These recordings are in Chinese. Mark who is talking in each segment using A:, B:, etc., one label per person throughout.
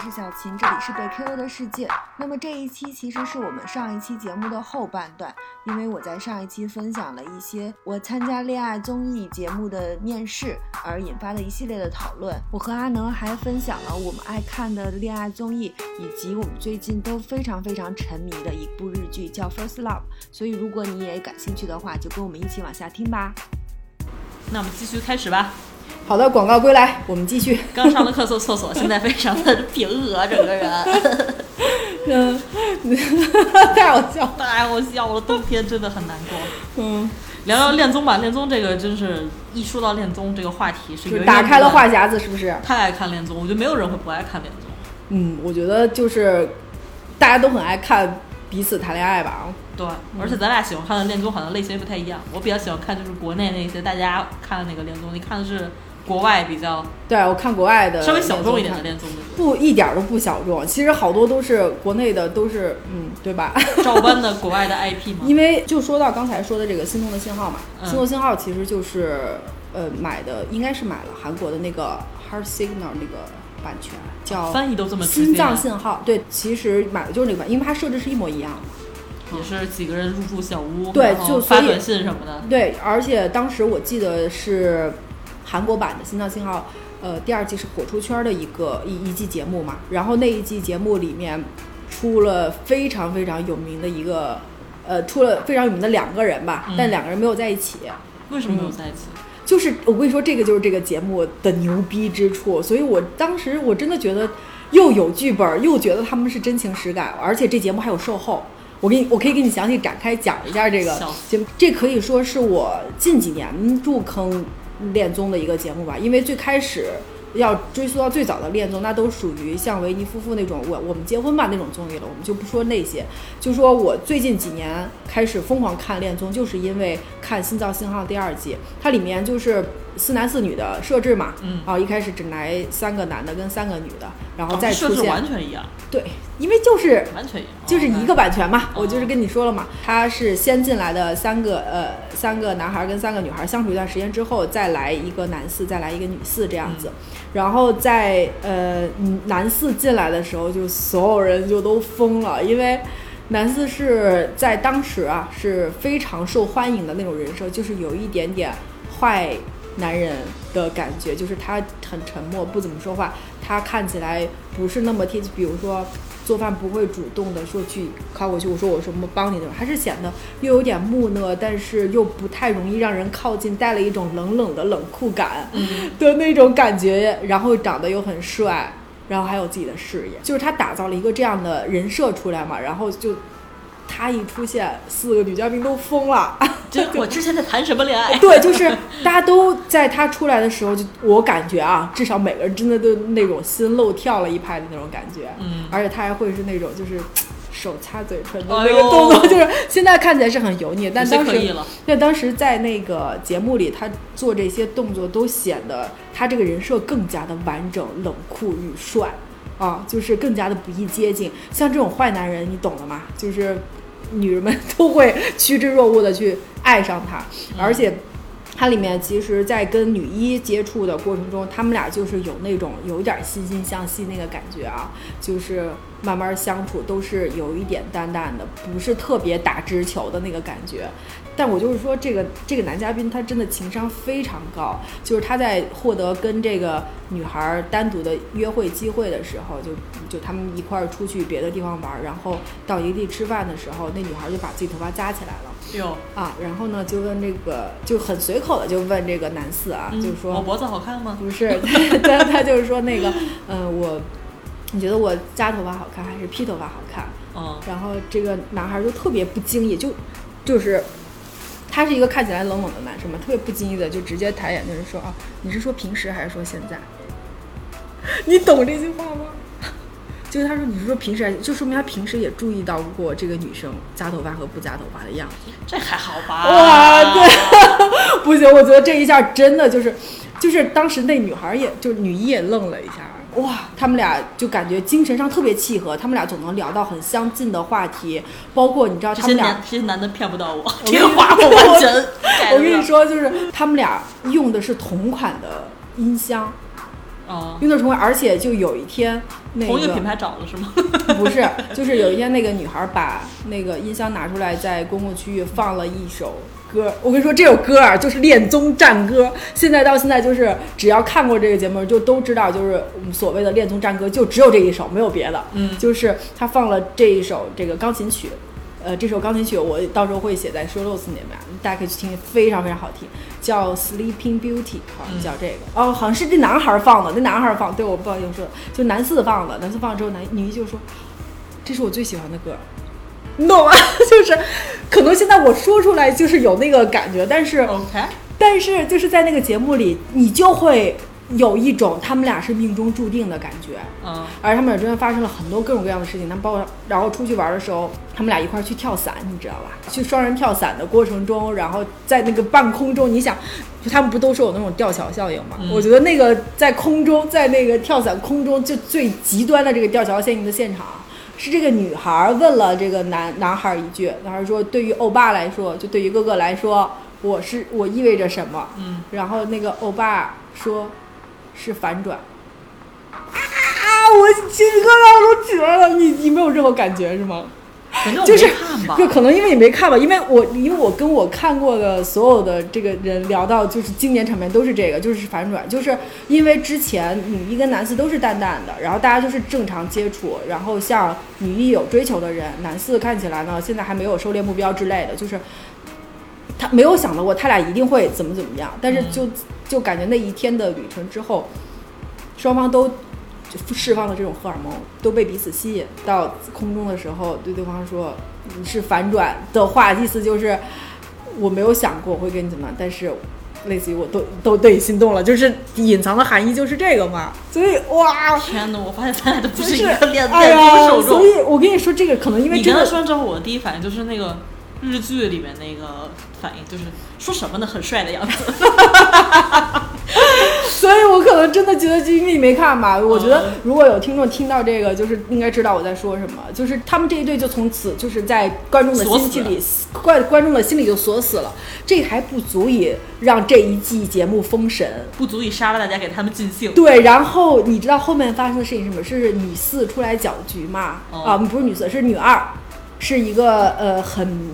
A: 是小琴，这里是被 KO 的世界。那么这一期其实是我们上一期节目的后半段，因为我在上一期分享了一些我参加恋爱综艺节目的面试而引发的一系列的讨论。我和阿能还分享了我们爱看的恋爱综艺，以及我们最近都非常非常沉迷的一部日剧叫《First Love》。所以如果你也感兴趣的话，就跟我们一起往下听吧。
B: 那我们继续开始吧。
C: 好的，广告归来，我们继 续。
B: 刚上了厕所，厕所现在非常的平和，整个人。
C: 嗯，太好笑了。
B: 哎，我笑了，冬天真的很难过。
C: 嗯，
B: 聊聊恋综吧，恋综这个真是一说到恋综这个话题是
C: 就
B: 源
C: 是
B: 源
C: 打开了
B: 不断。
C: 话匣子，是不是？
B: 太爱看恋综，我觉得没有人会不爱看恋综。
C: 嗯，我觉得就是大家都很爱看彼此谈恋爱吧。
B: 对，而且咱俩喜欢看的恋综好像类型也不太一样。我比较喜欢看就是国内那些大家看的那个恋综，你看的是国外比较
C: 对，我看国外的
B: 稍微小众一点的
C: 呃恋
B: 恋综，对不对
C: 综，不一点儿都不小众。其实好多都是国内的，都是嗯，对吧？
B: 照搬的国外的 IP 嘛。
C: 因为就说到刚才说的这个心动的信号嘛，
B: 嗯
C: 心动信号其实就是呃买的，应该是买了韩国的那个 Heart Signal 那个版权，叫
B: 啊翻译都这么直接
C: 心脏
B: 了，
C: 信号。对，其实买的就是那个版，因为它设置是一模一样的。
B: 也是几个人入住小屋，
C: 对
B: 然
C: 就
B: 后
C: 所
B: 发
C: 以
B: 短信什么的。
C: 对，而且当时我记得是韩国版的《心脏信号》，呃，第二季是火出圈的一个一一季节目嘛。然后那一季节目里面出了非常非常有名的一个，呃，出了非常有名的两个人吧，
B: 嗯
C: 但两个人没有在一起。
B: 为什么没有在一起？
C: 就是我跟你说，这个就是这个节目的牛逼之处。所以我当时我真的觉得，又有剧本，又觉得他们是真情实感，而且这节目还有售后。我给你，我可以给你详细展开讲一下这个
B: 笑
C: 节目。这可以说是我近几年入坑恋综的一个节目吧，因为最开始。要追溯到最早的恋综，那都属于像维尼夫妇那种我我们结婚吧那种综艺了，我们就不说那些，就说我最近几年开始疯狂看恋综，就是因为看《心脏信号》第二季，它里面就是四男四女的设置嘛，
B: 嗯
C: 啊，一开始只来三个男的跟三个女的，然后
B: 哦
C: 再
B: 设
C: 出
B: 置
C: 现，
B: 完全一样，
C: 对，因为就是
B: 完全一样，
C: 就是一个版权嘛，
B: 哦
C: 我就是跟你说了嘛，他是先进来的三个呃三个男孩跟三个女孩相处一段时间之后，再来一个男四，再来一个女四这样子，
B: 嗯
C: 然后在呃嗯男四进来的时候，就所有人就都疯了，因为。男四是在当时啊是非常受欢迎的那种人设，就是有一点点坏男人的感觉，就是他很沉默，不怎么说话，他看起来不是那么贴切，比如说做饭不会主动的说去靠过去，我说我什么帮你的，还是显得又有点木讷，但是又不太容易让人靠近，带了一种冷冷的冷酷感的那种感觉，然后长得又很帅，然后还有自己的事业，就是他打造了一个这样的人设出来嘛，然后就他一出现，四个女嘉宾都疯了。
B: 这我之前在谈什么恋爱？
C: 对，就是大家都在他出来的时候，就我感觉啊，至少每个人真的都那种心漏跳了一拍的那种感觉。
B: 嗯
C: 而且他还会是那种就是手擦嘴唇的
B: 哎
C: 那个
B: 呦
C: 动作，就是现在看起来是很油腻，但
B: 这
C: 当
B: 可以
C: 时
B: 了，
C: 对当时在那个节目里，他做这些动作都显得他这个人设更加的完整、冷酷与帅啊，就是更加的不易接近。像这种坏男人，你懂的吗？就是女人们 都会趋之若鹜的去爱上他，而且。它里面其实，在跟女一接触的过程中，他们俩就是有那种有点惺惺相惜那个感觉啊，就是慢慢相处都是有一点淡淡的，不是特别打直球的那个感觉。但我就是说，这个这个男嘉宾他真的情商非常高，就是他在获得跟这个女孩单独的约会机会的时候，就就他们一块儿出去别的地方玩儿，然后到一个地吃饭的时候，那女孩就把自己头发扎起来了。
B: 哟，
C: 啊，然后呢，就问这个，就很随口的就问这个男四啊，
B: 嗯
C: 就
B: 我
C: 说
B: 脖子好看吗？
C: 不是， 他他就是说那个，呃，我你觉得我扎头发好看还是披头发好看？
B: 嗯，
C: 然后这个男孩就特别不经意，就就是他是一个看起来冷冷的男生嘛，特别不经意的就直接抬眼就是说啊，你是说平时还是说现在？ 你懂这句话吗？ 就是他说你是说平时还是，就说明他平时也注意到过这个女生扎头发和不扎头发的样子。
B: 这还好吧？
C: 哇，对， 不行，我觉得这一下真的就是，就是当时那女孩也就是女一也愣了一下，哇，他们俩就感觉精神上特别契合，他们俩总能聊到很相近的话题，包括你知道
B: 这
C: 他
B: 些
C: 们俩
B: 男这些男的骗不到我，
C: 跟
B: 这
C: 你
B: 个话我完 全 get 不到
C: 我跟你，说，就是他们俩用的是同款的音箱，
B: 哦，
C: 绿豆成灰，而且就有一天那
B: 同一个品牌找的是吗？
C: 不是，就是有一天那个女孩把那个音箱拿出来，在公共区域放了一首歌。我跟你说，这首歌啊，就是恋综战歌。现在到现在，就是只要看过这个节目，就都知道，就是我们所谓的恋综战歌，就只有这一首，没有别的。
B: 嗯
C: 就是她放了这一首这个钢琴曲。呃，这首钢琴曲我到时候会写在 show notes 里面，大家可以去听，非常非常好听，叫《Sleeping Beauty》，好像
B: 嗯
C: 叫这个。哦，好像是这男孩放的，那男孩放，对，我不好意思说，就男四放的，男四放了之后，男女一就说，这是我最喜欢的歌，你懂吗？ 就是，可能现在我说出来就是有那个感觉，但是
B: OK，
C: 但是就是在那个节目里，你就会有一种他们俩是命中注定的感觉。
B: 嗯
C: 而他们俩中间发生了很多各种各样的事情，他们包括然后出去玩的时候，他们俩一块儿去跳伞，你知道吧？去双人跳伞的过程中，然后在那个半空中，你想，他们不都说有那种吊桥效应吗？
B: 嗯
C: 我觉得那个在空中，在那个跳伞空中就最极端的这个吊桥效应的现场。是这个女孩儿问了这个男男孩儿一句，男孩儿说：“对于欧巴来说，就对于哥哥来说，我是我意味着什么？”
B: 嗯，
C: 然后那个欧巴说是反转。啊！我鸡皮疙瘩都起来了，你你没有这种感觉是吗？
B: 反正我
C: 就
B: 没
C: 是
B: 看吧
C: 就。可能因为你没看吧，因为我因为我跟我看过的所有的这个人聊到，就是经典场面都是这个，就是反转，就是因为之前女一跟男四都是淡淡的，然后大家就是正常接触，然后像女一有追求的人，男四看起来呢现在还没有狩猎目标之类的，就是他没有想到过他俩一定会怎么怎么样，但是就就感觉那一天的旅程之后，双方都就释放了这种荷尔蒙，都被彼此吸引。到空中的时候，对对方说你是反转的话，意思就是我没有想过我会跟你怎么样，但是类似于我都都对你心动了，就是隐藏的含义就是这个嘛。所以哇，
B: 天哪！我发现咱俩都不
C: 就是
B: 一
C: 是
B: 个恋
C: 哎
B: 恋综
C: 呀，
B: 受众
C: 所。以我跟你说这个可能因为
B: 你
C: 真
B: 刚才
C: 的
B: 说完之后，我的第一反应就是那个日剧里面那个反应，就是说什么呢，很帅的样子。
C: 所以我可能真的觉得就因为你没看吧，我觉得如果有听众听到这个，就是应该知道我在说什么。就是他们这一对就从此就是在观众的心
B: 锁
C: 里，观观众的心里就锁死了。这还不足以让这一季节目封神。
B: 不足以杀了大家，给他们尽兴。
C: 对，然后你知道后面发生的事情是什么？是女四出来搅局嘛？
B: 哦
C: 啊，不是女四，是女二，是一个呃很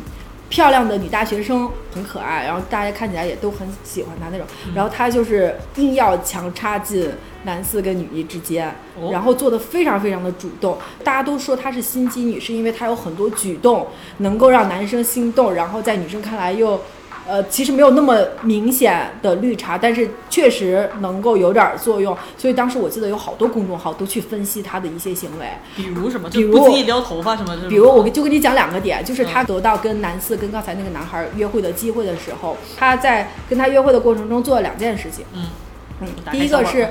C: 漂亮的女大学生，很可爱，然后大家看起来也都很喜欢她那种。然后她就是硬要强插进男四跟女一之间，
B: 哦
C: 然后做的非常非常的主动。大家都说她是心机女，是因为她有很多举动能够让男生心动，然后在女生看来又。呃，其实没有那么明显的绿茶，但是确实能够有点儿作用。所以当时我记得有好多公众号都去分析她的一些行为，
B: 比如什么，
C: 比
B: 就
C: 如
B: 不经意撩头发什么这种。
C: 比如我就跟你讲两个点，就是她得到跟男四跟刚才那个男孩约会的机会的时候，她在跟他约会的过程中做了两件事情。
B: 嗯，
C: 嗯
B: 打，开
C: 第一个
B: 小本
C: 是，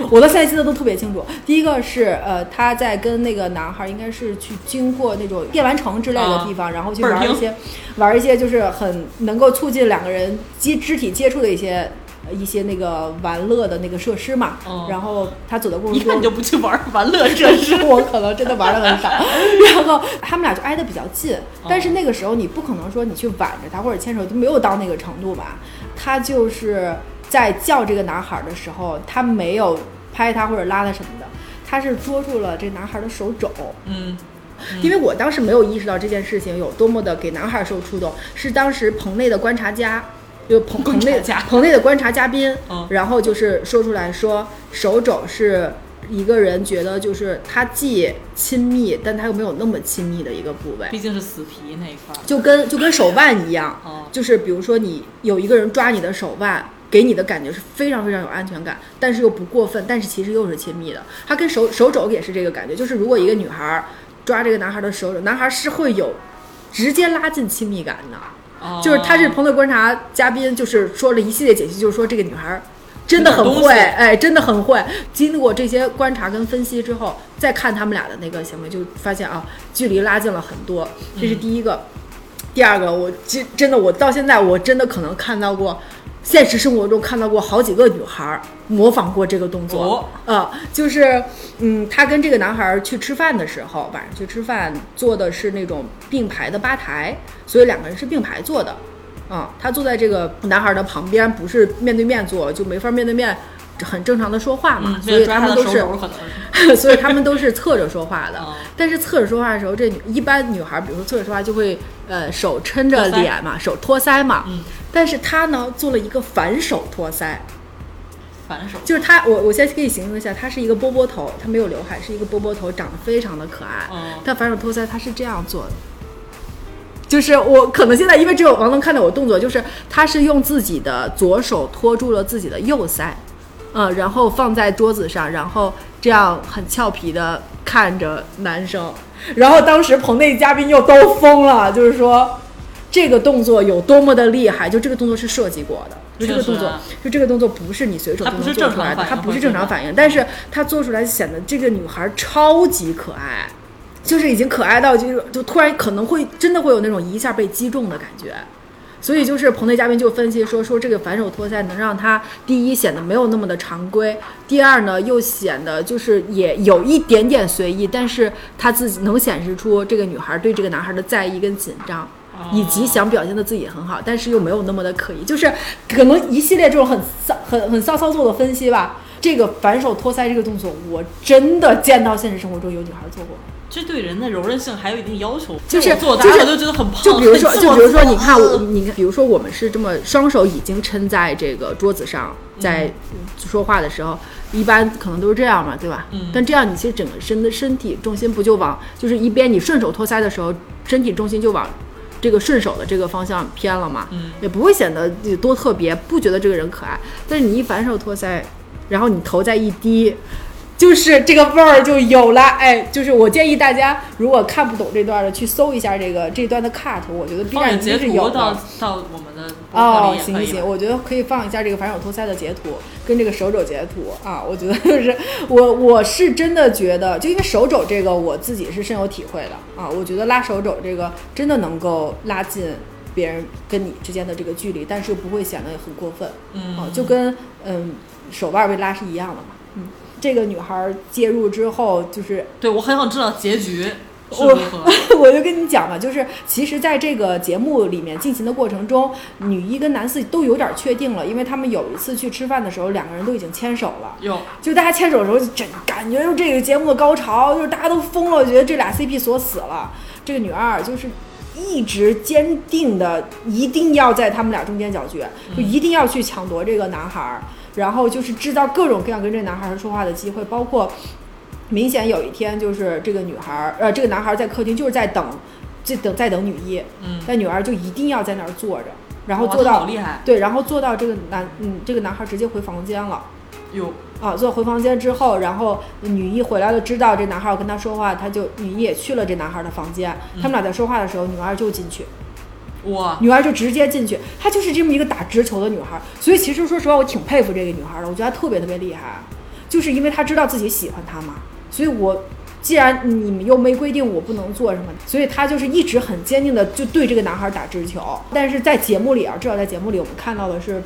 C: 我到现在记得都特别清楚。第一个是，呃，她在跟那个男孩应该是去经过那种电玩城之类的
B: 啊
C: 地方，然后去
B: 倍儿
C: 玩一
B: 听
C: 些玩一些就是很能够促进两个人接肢体接触的一些。呃一些那个玩乐的那个设施嘛，
B: 哦
C: 然后她走的过程
B: 一
C: 中，
B: 看你就不去玩儿 玩乐设施。
C: 我可能真的玩的很 少。然后他们俩就挨得比较近，
B: 哦
C: 但是那个时候你不可能说你去挽着他或者牵手，就没有到那个程度吧。他就是在叫这个男孩的时候，他没有拍他或者拉他什么的，他是捉住了这男孩的手肘。
B: 嗯，
C: 因为我当时没有意识到这件事情有多么的给男孩受触动，是当时棚内的观察家，就棚棚
B: 观察
C: 内
B: 家
C: 棚内的观察嘉宾
B: 嗯，
C: 然后就是说出来说手肘是一个人觉得就是他既亲密，但他又没有那么亲密的一个部位，
B: 毕竟是死皮那一块儿。
C: 就跟就跟手腕一样，
B: 哦，
C: 就是比如说你有一个人抓你的手腕，给你的感觉是非常非常有安全感，但是又不过分，但是其实又是亲密的。他跟手手肘也是这个感觉，就是如果一个女孩儿抓这个男孩的手肘，男孩是会有直接拉近亲密感的。
B: 哦
C: 就是他是。朋友观察嘉宾，就是说了一系列解析，就是说这个女孩儿真的
B: 有点
C: 很
B: 东
C: 会，
B: 西
C: 哎，真的很会。经过这些观察跟分析之后，再看他们俩的那个行为，就发现啊，距离拉近了很多。这是第一个，第二个，我真真的我到现在我真的可能看到过。现实生活中看到过好几个女孩儿模仿过这个动作，
B: 哦
C: 呃，就是，嗯，她跟这个男孩儿去吃饭的时候，晚上去吃饭坐的是那种并排的吧台，所以两个人是并排坐的，啊、她坐在这个男孩儿的旁边，不是面对面坐，就没法面对面很正常的说话嘛，
B: 嗯，
C: 啊所
B: 为
C: 以
B: 了抓
C: 他
B: 他
C: 们
B: 的
C: 都
B: 手
C: 是
B: 肘，可能是。
C: 所以他们都是侧着说话的。
B: 嗯
C: 但是侧着说话的时候，这女一般女孩，比如说侧着说话，就会呃手撑着
B: 托腮
C: 脸嘛，手托腮嘛。
B: 嗯
C: 但是她呢做了一个反手托腮，
B: 反手。
C: 就是她，我我先给你形容一下，她是一个波波头，她没有刘海，是一个波波头，长得非常的可爱。
B: 嗯
C: 但反手托腮她是这样做的。就是我可能现在因为只有王能看到我动作，就是她是用自己的左手托住了自己的右腮，嗯，然后放在桌子上，然后这样很俏皮的看着男生。然后当时棚内嘉宾又都疯了，就是说这个动作有多么的厉害，就这个动作是设计过的，就这个
B: 确实
C: 动作
B: 啊，
C: 就这个动作不是你随手就能做出来的，
B: 它
C: 它
B: 不
C: 不
B: 是
C: 是正
B: 正常
C: 常
B: 反
C: 反应，但是它做出来显得这个女孩超级可爱。就是已经可爱到就是就突然可能会真的会有那种一下被击中的感觉，所以就是棚内嘉宾就分析说说这个反手托腮能让他第一显得没有那么的常规，第二呢又显得就是也有一点点随意，但是他自己能显示出这个女孩对这个男孩的在意跟紧张。以及想表现的自己很好，但是又没有那么的可疑，就是可能一系列这种很骚、很很骚操作的分析吧。这个反手托腮这个动作，我真的见到现实生活中有女孩做过。
B: 这对人的柔韧性还有一定要求。
C: 就是
B: 我做大
C: 就是
B: 了就觉得很胖，
C: 就比如说，
B: 很啊
C: 就比如说，
B: 做
C: 你看 我，你看，比如说我们是这么双手已经撑在这个桌子上，
B: 嗯
C: 在说话的时候，一般可能都是这样嘛，对吧？
B: 嗯
C: 但这样你其实整个身的身体重心不就往，就是一边你顺手托腮的时候，身体重心就往这个顺手的这个方向偏了嘛，
B: 嗯
C: 也不会显得有多特别，不觉得这个人可爱。但是你一反手托腮，然后你头再一低，就是这个味儿就有了。哎，就是我建议大家，如果看不懂这段的，去搜一下这个这段的 cut，我觉得 B
B: 放
C: 站
B: 点
C: 一定
B: 截
C: 是
B: 图
C: 有
B: 到
C: 的。
B: 到我们的播客
C: 哦
B: 里，也
C: 行
B: 可以
C: 行行，
B: 吧
C: 我觉得可以放一下这个反手托腮的截图，跟这个手肘截图啊， 我觉得就是我我是真的觉得，就因为手肘这个我自己是深有体会的啊，我觉得拉手肘这个真的能够拉近别人跟你之间的这个距离，但是又不会显得很过分。哦
B: 嗯，，
C: 就跟嗯手腕被拉是一样的嘛。嗯，这个女孩介入之后，就是
B: 对我很想知道结局是
C: 我
B: 如 何。
C: 我就跟你讲嘛，就是其实在这个节目里面进行的过程中，女一跟男四都有点确定了，因为他们有一次去吃饭的时候，两个人都已经牵手了。
B: 有
C: 就大家牵手的时候，整感觉就是这个节目的高潮，就是大家都疯了，我觉得这俩 CP 锁死了。这个女二就是一直坚定的，一定要在他们俩中间搅局，就一定要去抢夺这个男孩儿，然后就是制造各种各样跟这男孩儿说话的机会，包括明显有一天就是这个女孩儿，呃，这个男孩儿在客厅就是在等，就等在等女一，
B: 嗯，哦
C: 但女二就一定要在那儿坐着，然后
B: 哇
C: 坐
B: 他好
C: 到
B: 厉害，
C: 对，然后坐到这个男，嗯，这个男孩儿直接回房间了。
B: 有
C: 啊，坐回房间之后，然后女一回来了，知道这男孩要跟她说话，她就女一也去了这男孩的房间。他们俩在说话的时候，女二就进去，
B: 哇，
C: 女二就直接进去。她就是这么一个打直球的女孩，所以其实说实话，我挺佩服这个女孩的，我觉得她特别特别厉害，就是因为她知道自己喜欢他嘛。所以我既然你们又没规定我不能做什么，所以她就是一直很坚定的就对这个男孩打直球。但是在节目里啊，至少在节目里我们看到的是，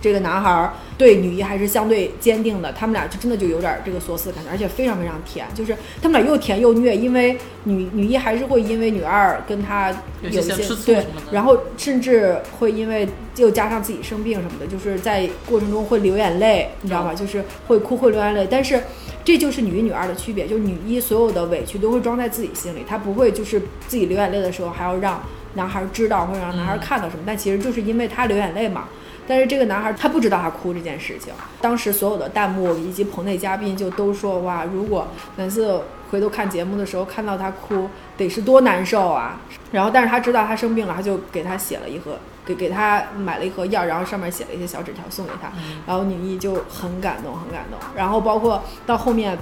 C: 这个男孩儿对女一还是相对坚定的，他们俩就真的就有点这个锁死感觉，而且非常非常甜，就是他们俩又甜又虐，因为女女一还是会因为女二跟他
B: 有
C: 有
B: 些
C: 一
B: 想吃
C: 些
B: 醋
C: 对
B: 什么的，
C: 然后甚至会因为又加上自己生病什么的，就是在过程中会流眼泪，你知道吧？
B: 嗯
C: 就是会哭会流眼泪，但是这就是女一女二的区别，就是女一所有的委屈都会装在自己心里，她不会就是自己流眼泪的时候还要让男孩知道或者让男孩看到什么，但其实就是因为她流眼泪嘛。但是这个男孩他不知道他哭这件事情，当时所有的弹幕以及棚内嘉宾就都说哇，如果每次回头看节目的时候看到他哭，得是多难受啊！然后，但是他知道他生病了，他就给他写了一盒，给给他买了一盒药，然后上面写了一些小纸条送给他，然后女一就很感动，很感动。然后包括到后面，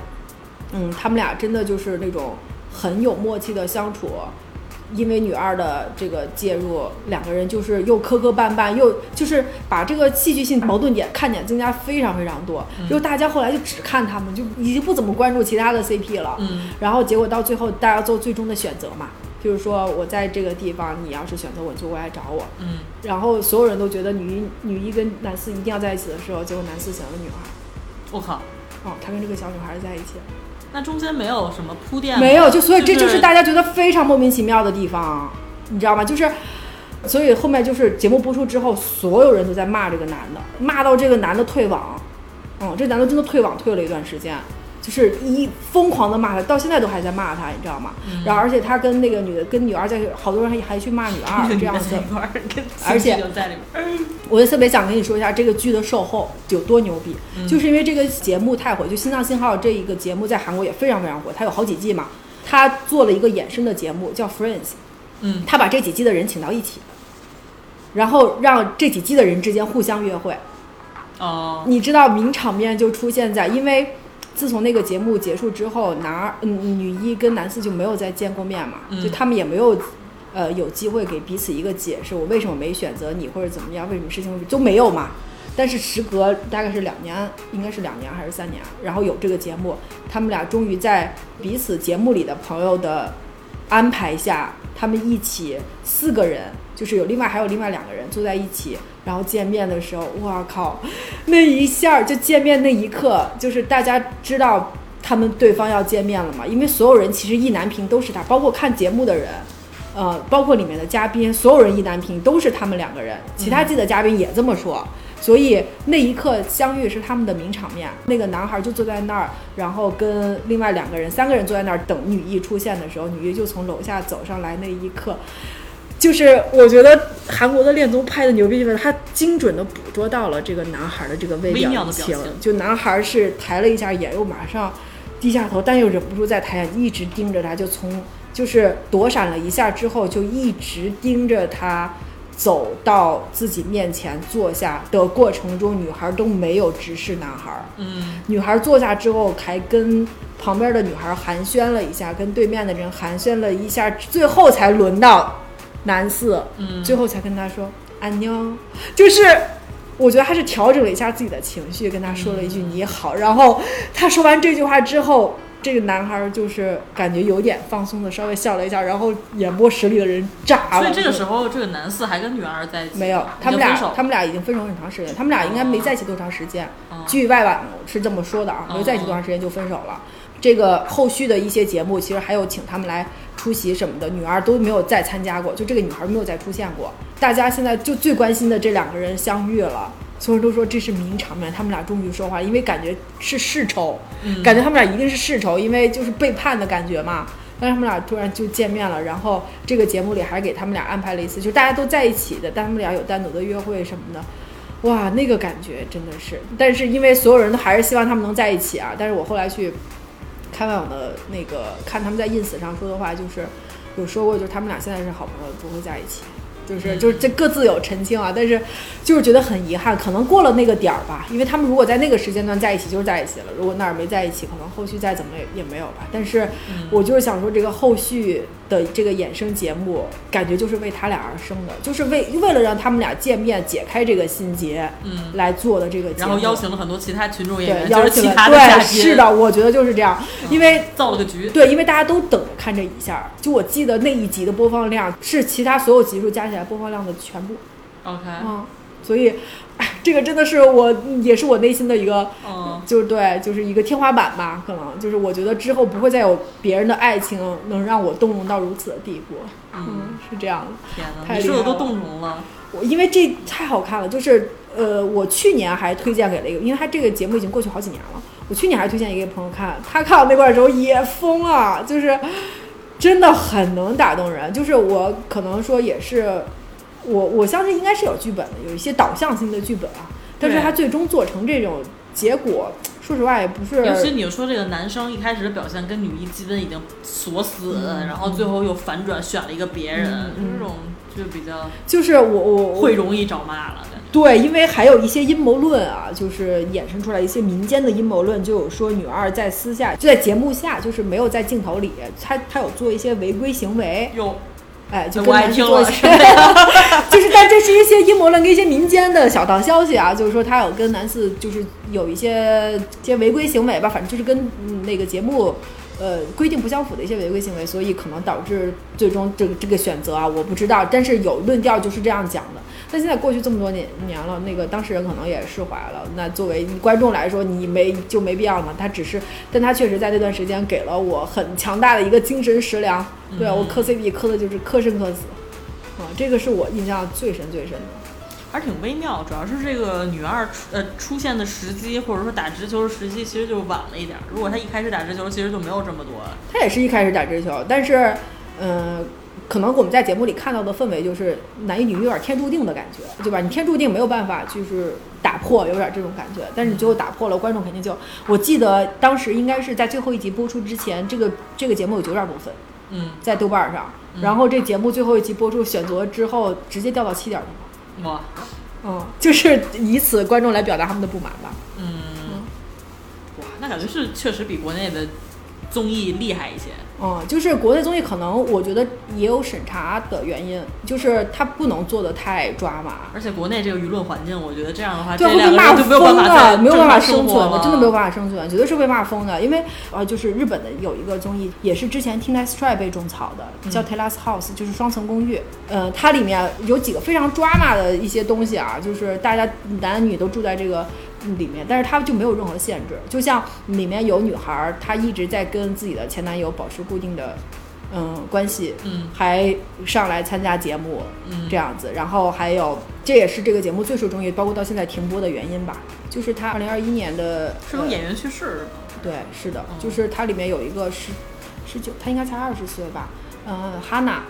C: 嗯，他们俩真的就是那种很有默契的相处。因为女二的这个介入，两个人就是又磕磕绊绊，又就是把这个戏剧性矛盾点看点增加非常非常多，就大家后来就只看他们，就已经不怎么关注其他的 CP 了。
B: 嗯，
C: 然后结果到最后大家做最终的选择嘛，就是说我在这个地方，你要是选择我，你就过来找我。
B: 嗯，
C: 然后所有人都觉得女一女一跟男四一定要在一起的时候，结果男四选了女孩，
B: 我靠，
C: 哦，他跟这个小女孩在一起了，
B: 那中间没有什么铺垫吗，
C: 没有，就所以这就是是大家觉得非常莫名其妙的地方，你知道吗？就是。所以后面就是节目播出之后，所有人都在骂这个男的，骂到这个男的退网，啊、嗯，这男的真的退网退了一段时间，就是一疯狂的骂他，到现在都还在骂他，你知道吗？然后而且他跟那个女的跟女二在，好多人还还去骂 女二这样子
B: 一。块儿跟
C: 而且
B: 亲戚就在里边儿，
C: 我就特别想跟你说一下这个剧的售后有多牛逼，就是因为这个节目太火，就《心脏信号》这一个节目在韩国也非常非常火，它有好几季嘛。他做了一个衍生的节目叫《Friends》，
B: 嗯，
C: 他把这几季的人请到一起，然后让这几季的人之间互相约会。
B: 哦，
C: 你知道名场面就出现在，因为自从那个节目结束之后，男二嗯女一跟男四就没有再见过面嘛，
B: 嗯
C: 就他们也没有。呃，有机会给彼此一个解释，我为什么没选择你，或者怎么样，为什么事情会都没有嘛？但是时隔大概是两年，应该是两年还是三年，然后有这个节目，他们俩终于在彼此节目里的朋友的安排下，他们一起四个人，就是有另外还有另外两个人坐在一起，然后见面的时候，哇靠， 那一下儿就见面那一刻，就是大家知道他们对方要见面了嘛，因为所有人其实意难平都是他，包括看节目的人。呃，包括里面的嘉宾，所有人意难平都是他们两个人，其
B: 嗯
C: 他季的嘉宾也这么说，所以那一刻相遇是他们的名场面。那个男孩就坐在那儿，然后跟另外两个人、三个人坐在那儿等女一出现的时候，女一就从楼下走上来那一刻，就是我觉得韩国的恋综拍的牛逼就是他精准的捕捉到了这个男孩的这个微
B: 微
C: 表
B: 妙的表
C: 情
B: 情，
C: 就男孩是抬了一下眼，又马上低下头，但又忍不住再抬眼，一直盯着他，就从就是躲闪了一下之后，就一直盯着他。走到自己面前坐下的过程中，女孩都没有直视男孩。
B: 嗯，
C: 女孩坐下之后，还跟旁边的女孩寒暄了一下，跟对面的人寒暄了一下，最后才轮到男四，
B: 嗯
C: 最后才跟他说“安妞”，就是我觉得他是调整了一下自己的情绪，跟他说了一
B: 嗯
C: 句“你好”，然后他说完这句话之后。这个男孩就是感觉有点放松的，稍微笑了一下，然后演播室里的人炸了。
B: 所以这个
C: 就
B: 时候这个男四还跟女二在一起，
C: 没有，
B: 已
C: 他们
B: 经分
C: 俩
B: 手了
C: 他们俩已经分手很长时间，他们俩应该没在一起多长时间。
B: 嗯
C: 据外网是这么说的啊，
B: 哦
C: 没在一起多长时间就分手了。这个后续的一些节目，其实还有请他们来出席什么的，女二都没有再参加过，就这个女孩没有再出现过。大家现在就最关心的这两个人相遇了，所有人都说这是名场面，他们俩终于说话，因为感觉是世仇，
B: 嗯
C: 感觉他们俩一定是世仇，因为就是背叛的感觉嘛。但是他们俩突然就见面了，然后这个节目里还给他们俩安排了一次，就是大家都在一起的，但他们俩有单独的约会什么的。哇，那个感觉真的是，但是因为所有人都还是希望他们能在一起啊。但是我后来去看外网的那个看他们在 ins 上说的话，就是有说过，就是他们俩现在是好朋友，不会在一起，就是就是这各自有澄清啊。但是就是觉得很遗憾，可能过了那个点儿吧，因为他们如果在那个时间段在一起，就是在一起了；如果那儿没在一起，可能后续再怎么也也没有吧。但是
B: 嗯
C: 我就是想说，这个后续的这个衍生节目，感觉就是为他俩而生的，就是为为了让他们俩见面，解开这个心结，
B: 嗯，
C: 来做的这个节目。
B: 然后邀请了很多其他群众演
C: 对
B: 员，就
C: 邀
B: 是
C: 请
B: 其
C: 了
B: 他的嘉
C: 对，
B: 宾，嗯
C: 是，的，我觉得就是这样，因为
B: 造了个局，
C: 对，因为大家都等着看这一下儿。就我记得那一集的播放量是其他所有集数加起来播放量的全部。
B: ，OK，
C: 嗯，所以，哎，这个真的是我也是我内心的一个，
B: 嗯，
C: 就是对，就是一个天花板吧。可能就是我觉得之后不会再有别人的爱情能让我动容到如此的地步。嗯，是这样的。
B: 天哪，
C: 太
B: 你
C: 厉
B: 说的
C: 害
B: 都
C: 了
B: 动容了，
C: 我因为这太好看了，就是呃，我去年还推荐给了一个，因为他这个节目已经过去好几年了，我去年还推荐一个朋友看，他看到那块儿的时候也疯了，就是真的很能打动人。就是我可能说也是，我我相信应该是有剧本的，有一些导向性的剧本啊，但是
B: 对
C: 他最终做成这种结果，说实话也不是
B: 尤其你说这个男生一开始的表现跟女一基本已经锁死，
C: 嗯
B: 然后最后又反转选了一个别人，这种
C: 嗯
B: 就比较
C: 就是我我
B: 会容易找骂了，感觉。
C: 对，因为还有一些阴谋论啊，就是衍生出来一些民间的阴谋论，就有说女二在私下就在节目下，就是没有在镜头里，她她有做一些违规行为，
B: 哟，
C: 哎，就
B: 我
C: 跟
B: 爱
C: 男生
B: 听
C: 做一
B: 了
C: 些， 就是但这是一些阴谋论跟一些民间的小道消息啊，就是说她有跟男四就是有一些一些违规行为吧，反正就是跟、嗯那个节目。呃，规定不相符的一些违规行为，所以可能导致最终这个这个选择啊，我不知道，但是有论调就是这样讲的。但现在过去这么多年年了，那个当事人可能也释怀了。那作为观众来说，你没就没必要嘛。他只是，但他确实在这段时间给了我很强大的一个精神食粮。对啊我磕 CP 磕的就是磕碜磕死，啊，这个是我印象最深最深的。
B: 还是挺微妙。主要是这个女二出呃出现的时机，或者说打直球的时机，其实就晚了一点儿。如果她一开始打直球，其实就没有这么多。
C: 他也是一开始打直球，但是，嗯、可能我们在节目里看到的氛围就是男一女有点天注定的感觉，对吧？你天注定没有办法就是打破，有点这种感觉。但是你最后打破了，观众肯定就……我记得当时应该是在最后一集播出之前，这个这个节目有九点多分
B: 嗯，
C: 在豆瓣上，然后这节目最后一集播出选择之后，直接掉到七点多。
B: 哇，
C: 嗯，就是以此观众来表达他们的不满吧。
B: 嗯，哇，那感觉是确实比国内的综艺厉害一些。
C: 嗯，就是国内综艺可能我觉得也有审查的原因，就是它不能做的太抓马，
B: 而且国内这个舆论环境，我觉得这样的话，
C: 对，
B: 这
C: 会
B: 啊两
C: 被
B: 个
C: 骂
B: 人就没有
C: 疯的，没有
B: 办法再
C: 办法生存
B: 正常生活
C: 的，
B: 了
C: 真的没有办法生存，绝对是被骂疯的。因为呃，就是日本的有一个综艺，也是之前 Tina s t r y 被种草的，
B: 嗯
C: 叫 Terrace House，、就是双层公寓。呃，它里面有几个非常 drama 的一些东西啊，就是大家男女都住在这个。里面，但是它就没有任何限制，就像里面有女孩儿，她一直在跟自己的前男友保持固定的，嗯，关系，
B: 嗯
C: 还上来参加节目，
B: 嗯
C: 这样子。然后还有，这也是这个节目最受争议，包括到现在停播的原因吧，就是它二零二一年的
B: 是从演员去世是吗？
C: 呃对，是的，
B: 嗯
C: 就是它里面有一个十十九，他应该才二十岁吧，呃，哈娜，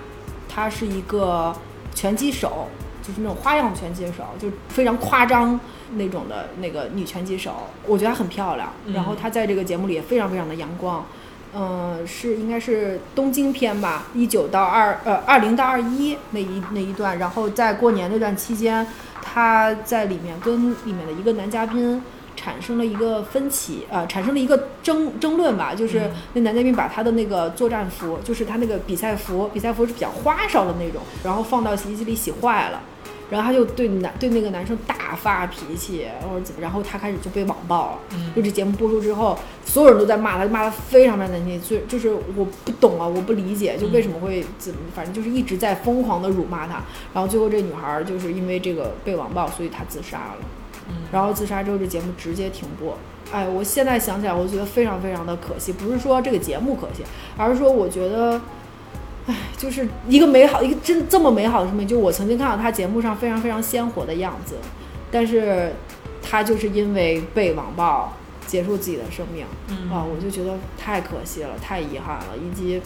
C: 她是一个拳击手。就是那种花样拳击手，就非常夸张那种的那个女拳击手，我觉得她很漂亮。
B: 嗯
C: 然后她在这个节目里也非常非常的阳光，嗯、是应该是东京篇吧，一九到二呃二零到二一那一那一段，然后在过年那段期间，他在里面跟里面的一个男嘉宾产生了一个分歧，呃，产生了一个争争论吧，就是
B: 嗯
C: 那男嘉宾把他的那个作战服，就是他那个比赛服，比赛服是比较花哨的那种，然后放到洗衣机里洗坏了。然后他就对男对那个男生大发脾气，或者怎么，然后他开始就被网暴了。
B: 嗯
C: 就这节目播出之后，所有人都在骂他，骂他非常非常难听。就就是我不懂啊，我不理解，就为什么会怎么，反正就是一直在疯狂的辱骂他。然后最后这女孩儿就是因为这个被网暴，所以她自杀了。
B: 嗯
C: 然后自杀之后，这节目直接停播。哎，我现在想起来，我觉得非常非常的可惜，不是说这个节目可惜，而是说我觉得，哎，就是一个美好，一个真这么美好的生命，就我曾经看到他节目上非常非常鲜活的样子，但是他就是因为被网暴结束自己的生命，
B: 嗯
C: 啊，我就觉得太可惜了，太遗憾了，以及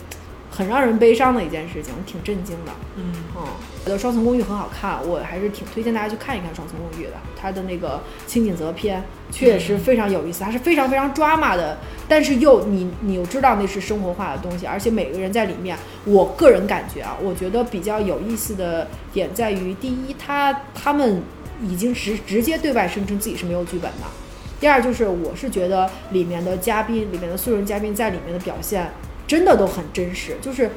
C: 很让人悲伤的一件事情，挺震惊的。
B: 嗯
C: 嗯，我觉得《双层公寓》很好看，我还是挺推荐大家去看一看《双层公寓》的。它的那个清景泽篇确实非常有意思，它是非常非常 drama 的，但是又你你又知道那是生活化的东西，而且每个人在里面，我个人感觉啊，我觉得比较有意思的点在于，第一，他他们已经直直接对外声称自己是没有剧本的。第二就是，我是觉得里面的嘉宾，里面的素人嘉宾在里面的表现真的都很真实，就是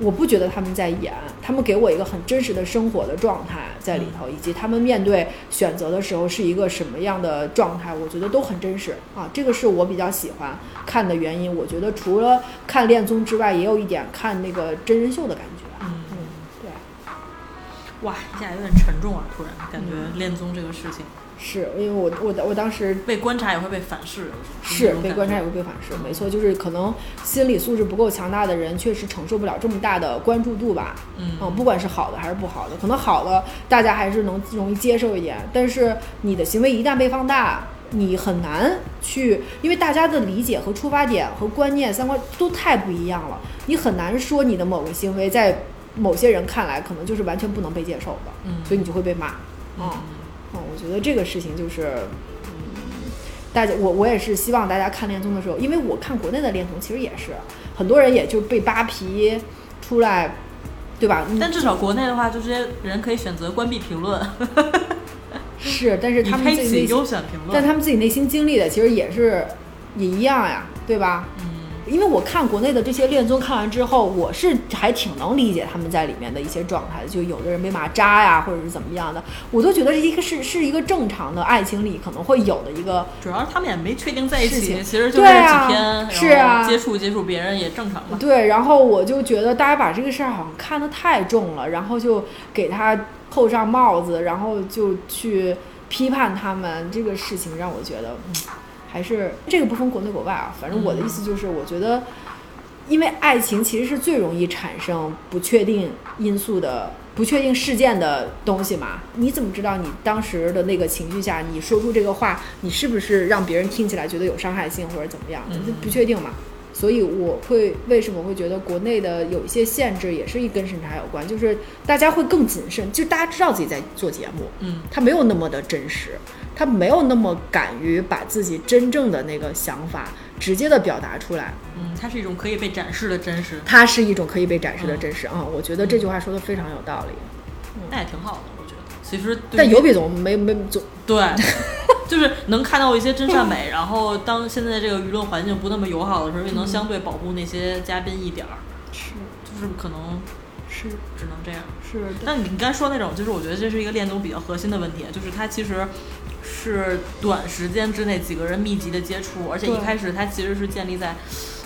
C: 我不觉得他们在演，他们给我一个很真实的生活的状态在里头，以及他们面对选择的时候是一个什么样的状态，我觉得都很真实啊。这个是我比较喜欢看的原因。我觉得除了看恋综之外，也有一点看那个真人秀的感觉。
B: 嗯
C: 嗯，对，
B: 哇，一下有点沉重啊！突然感
C: 嗯
B: 觉恋综这个事情，
C: 是因为我我我当时
B: 被观察也会被反噬，有
C: 是
B: 种
C: 被
B: 感
C: 观察
B: 觉
C: 也会被反噬，没错，就是可能心理素质不够强大的人，确实承受不了这么大的关注度吧。
B: 嗯
C: 不管是好的还是不好的，可能好的大家还是能容易接受一点，但是你的行为一旦被放大，你很难去，因为大家的理解和出发点和观念、三观都太不一样了，你很难说你的某个行为在某些人看来可能就是完全不能被接受的，
B: 嗯
C: 所以你就会被骂。嗯嗯，我觉得这个事情就是，嗯，大家我我也是希望大家看恋综的时候，因为我看国内的恋综其实也是很多人也就被扒皮出来，对吧？嗯
B: 但至少国内的话，就这些人可以选择关闭评论，
C: 是，但是
B: 你
C: 他们
B: 开
C: 自己内
B: 启
C: 心，
B: 优选评
C: 但
B: 论。
C: 他们自己内心经历的其实也是也一样呀，对吧？
B: 嗯
C: 因为我看国内的这些恋综，看完之后，我是还挺能理解他们在里面的一些状态的，就有的人被骂渣呀，或者是怎么样的，我都觉得是一个是是一个正常的爱情里可能会有的一个
B: 主要是他们也没确定在一
C: 事
B: 起，
C: 情
B: 其实就是几
C: 对啊
B: 天，
C: 是
B: 然后
C: 啊
B: 接触接触别人也正常嘛。
C: 对，然后我就觉得大家把这个事儿好像看得太重了，然后就给他扣上帽子，然后就去批判他们这个事情，让我觉得，嗯，还是这个不分国内国外啊。反正我的意思就是，我觉得因为爱情其实是最容易产生不确定因素的、不确定事件的东西嘛。你怎么知道你当时的那个情绪下，你说出这个话，你是不是让别人听起来觉得有伤害性或者怎么样？
B: 嗯
C: 这不确定嘛。所以我会为什么会觉得国内的有一些限制也是一跟审查有关，就是大家会更谨慎，就大家知道自己在做节目，
B: 嗯，
C: 他没有那么的真实，他没有那么敢于把自己真正的那个想法直接的表达出来。
B: 嗯，它是一种可以被展示的真实，
C: 它是一种可以被展示的真实啊、我觉得这句话说的非常有道理。
B: 那也挺好的，我觉得。其实对于，
C: 但有比总没没总
B: 对， 就是能看到一些真善美。然后，当现在这个舆论环境不那么友好的时候，又能相对保护那些嘉宾一点儿，
C: 是
B: 就是可能
C: 是
B: 只能这样。
C: 是
B: 但你刚才说那种，就是我觉得这是一个恋综比较核心的问题，就是它其实是短时间之内几个人密集的接触，而且一
C: 对
B: 开始它其实是建立在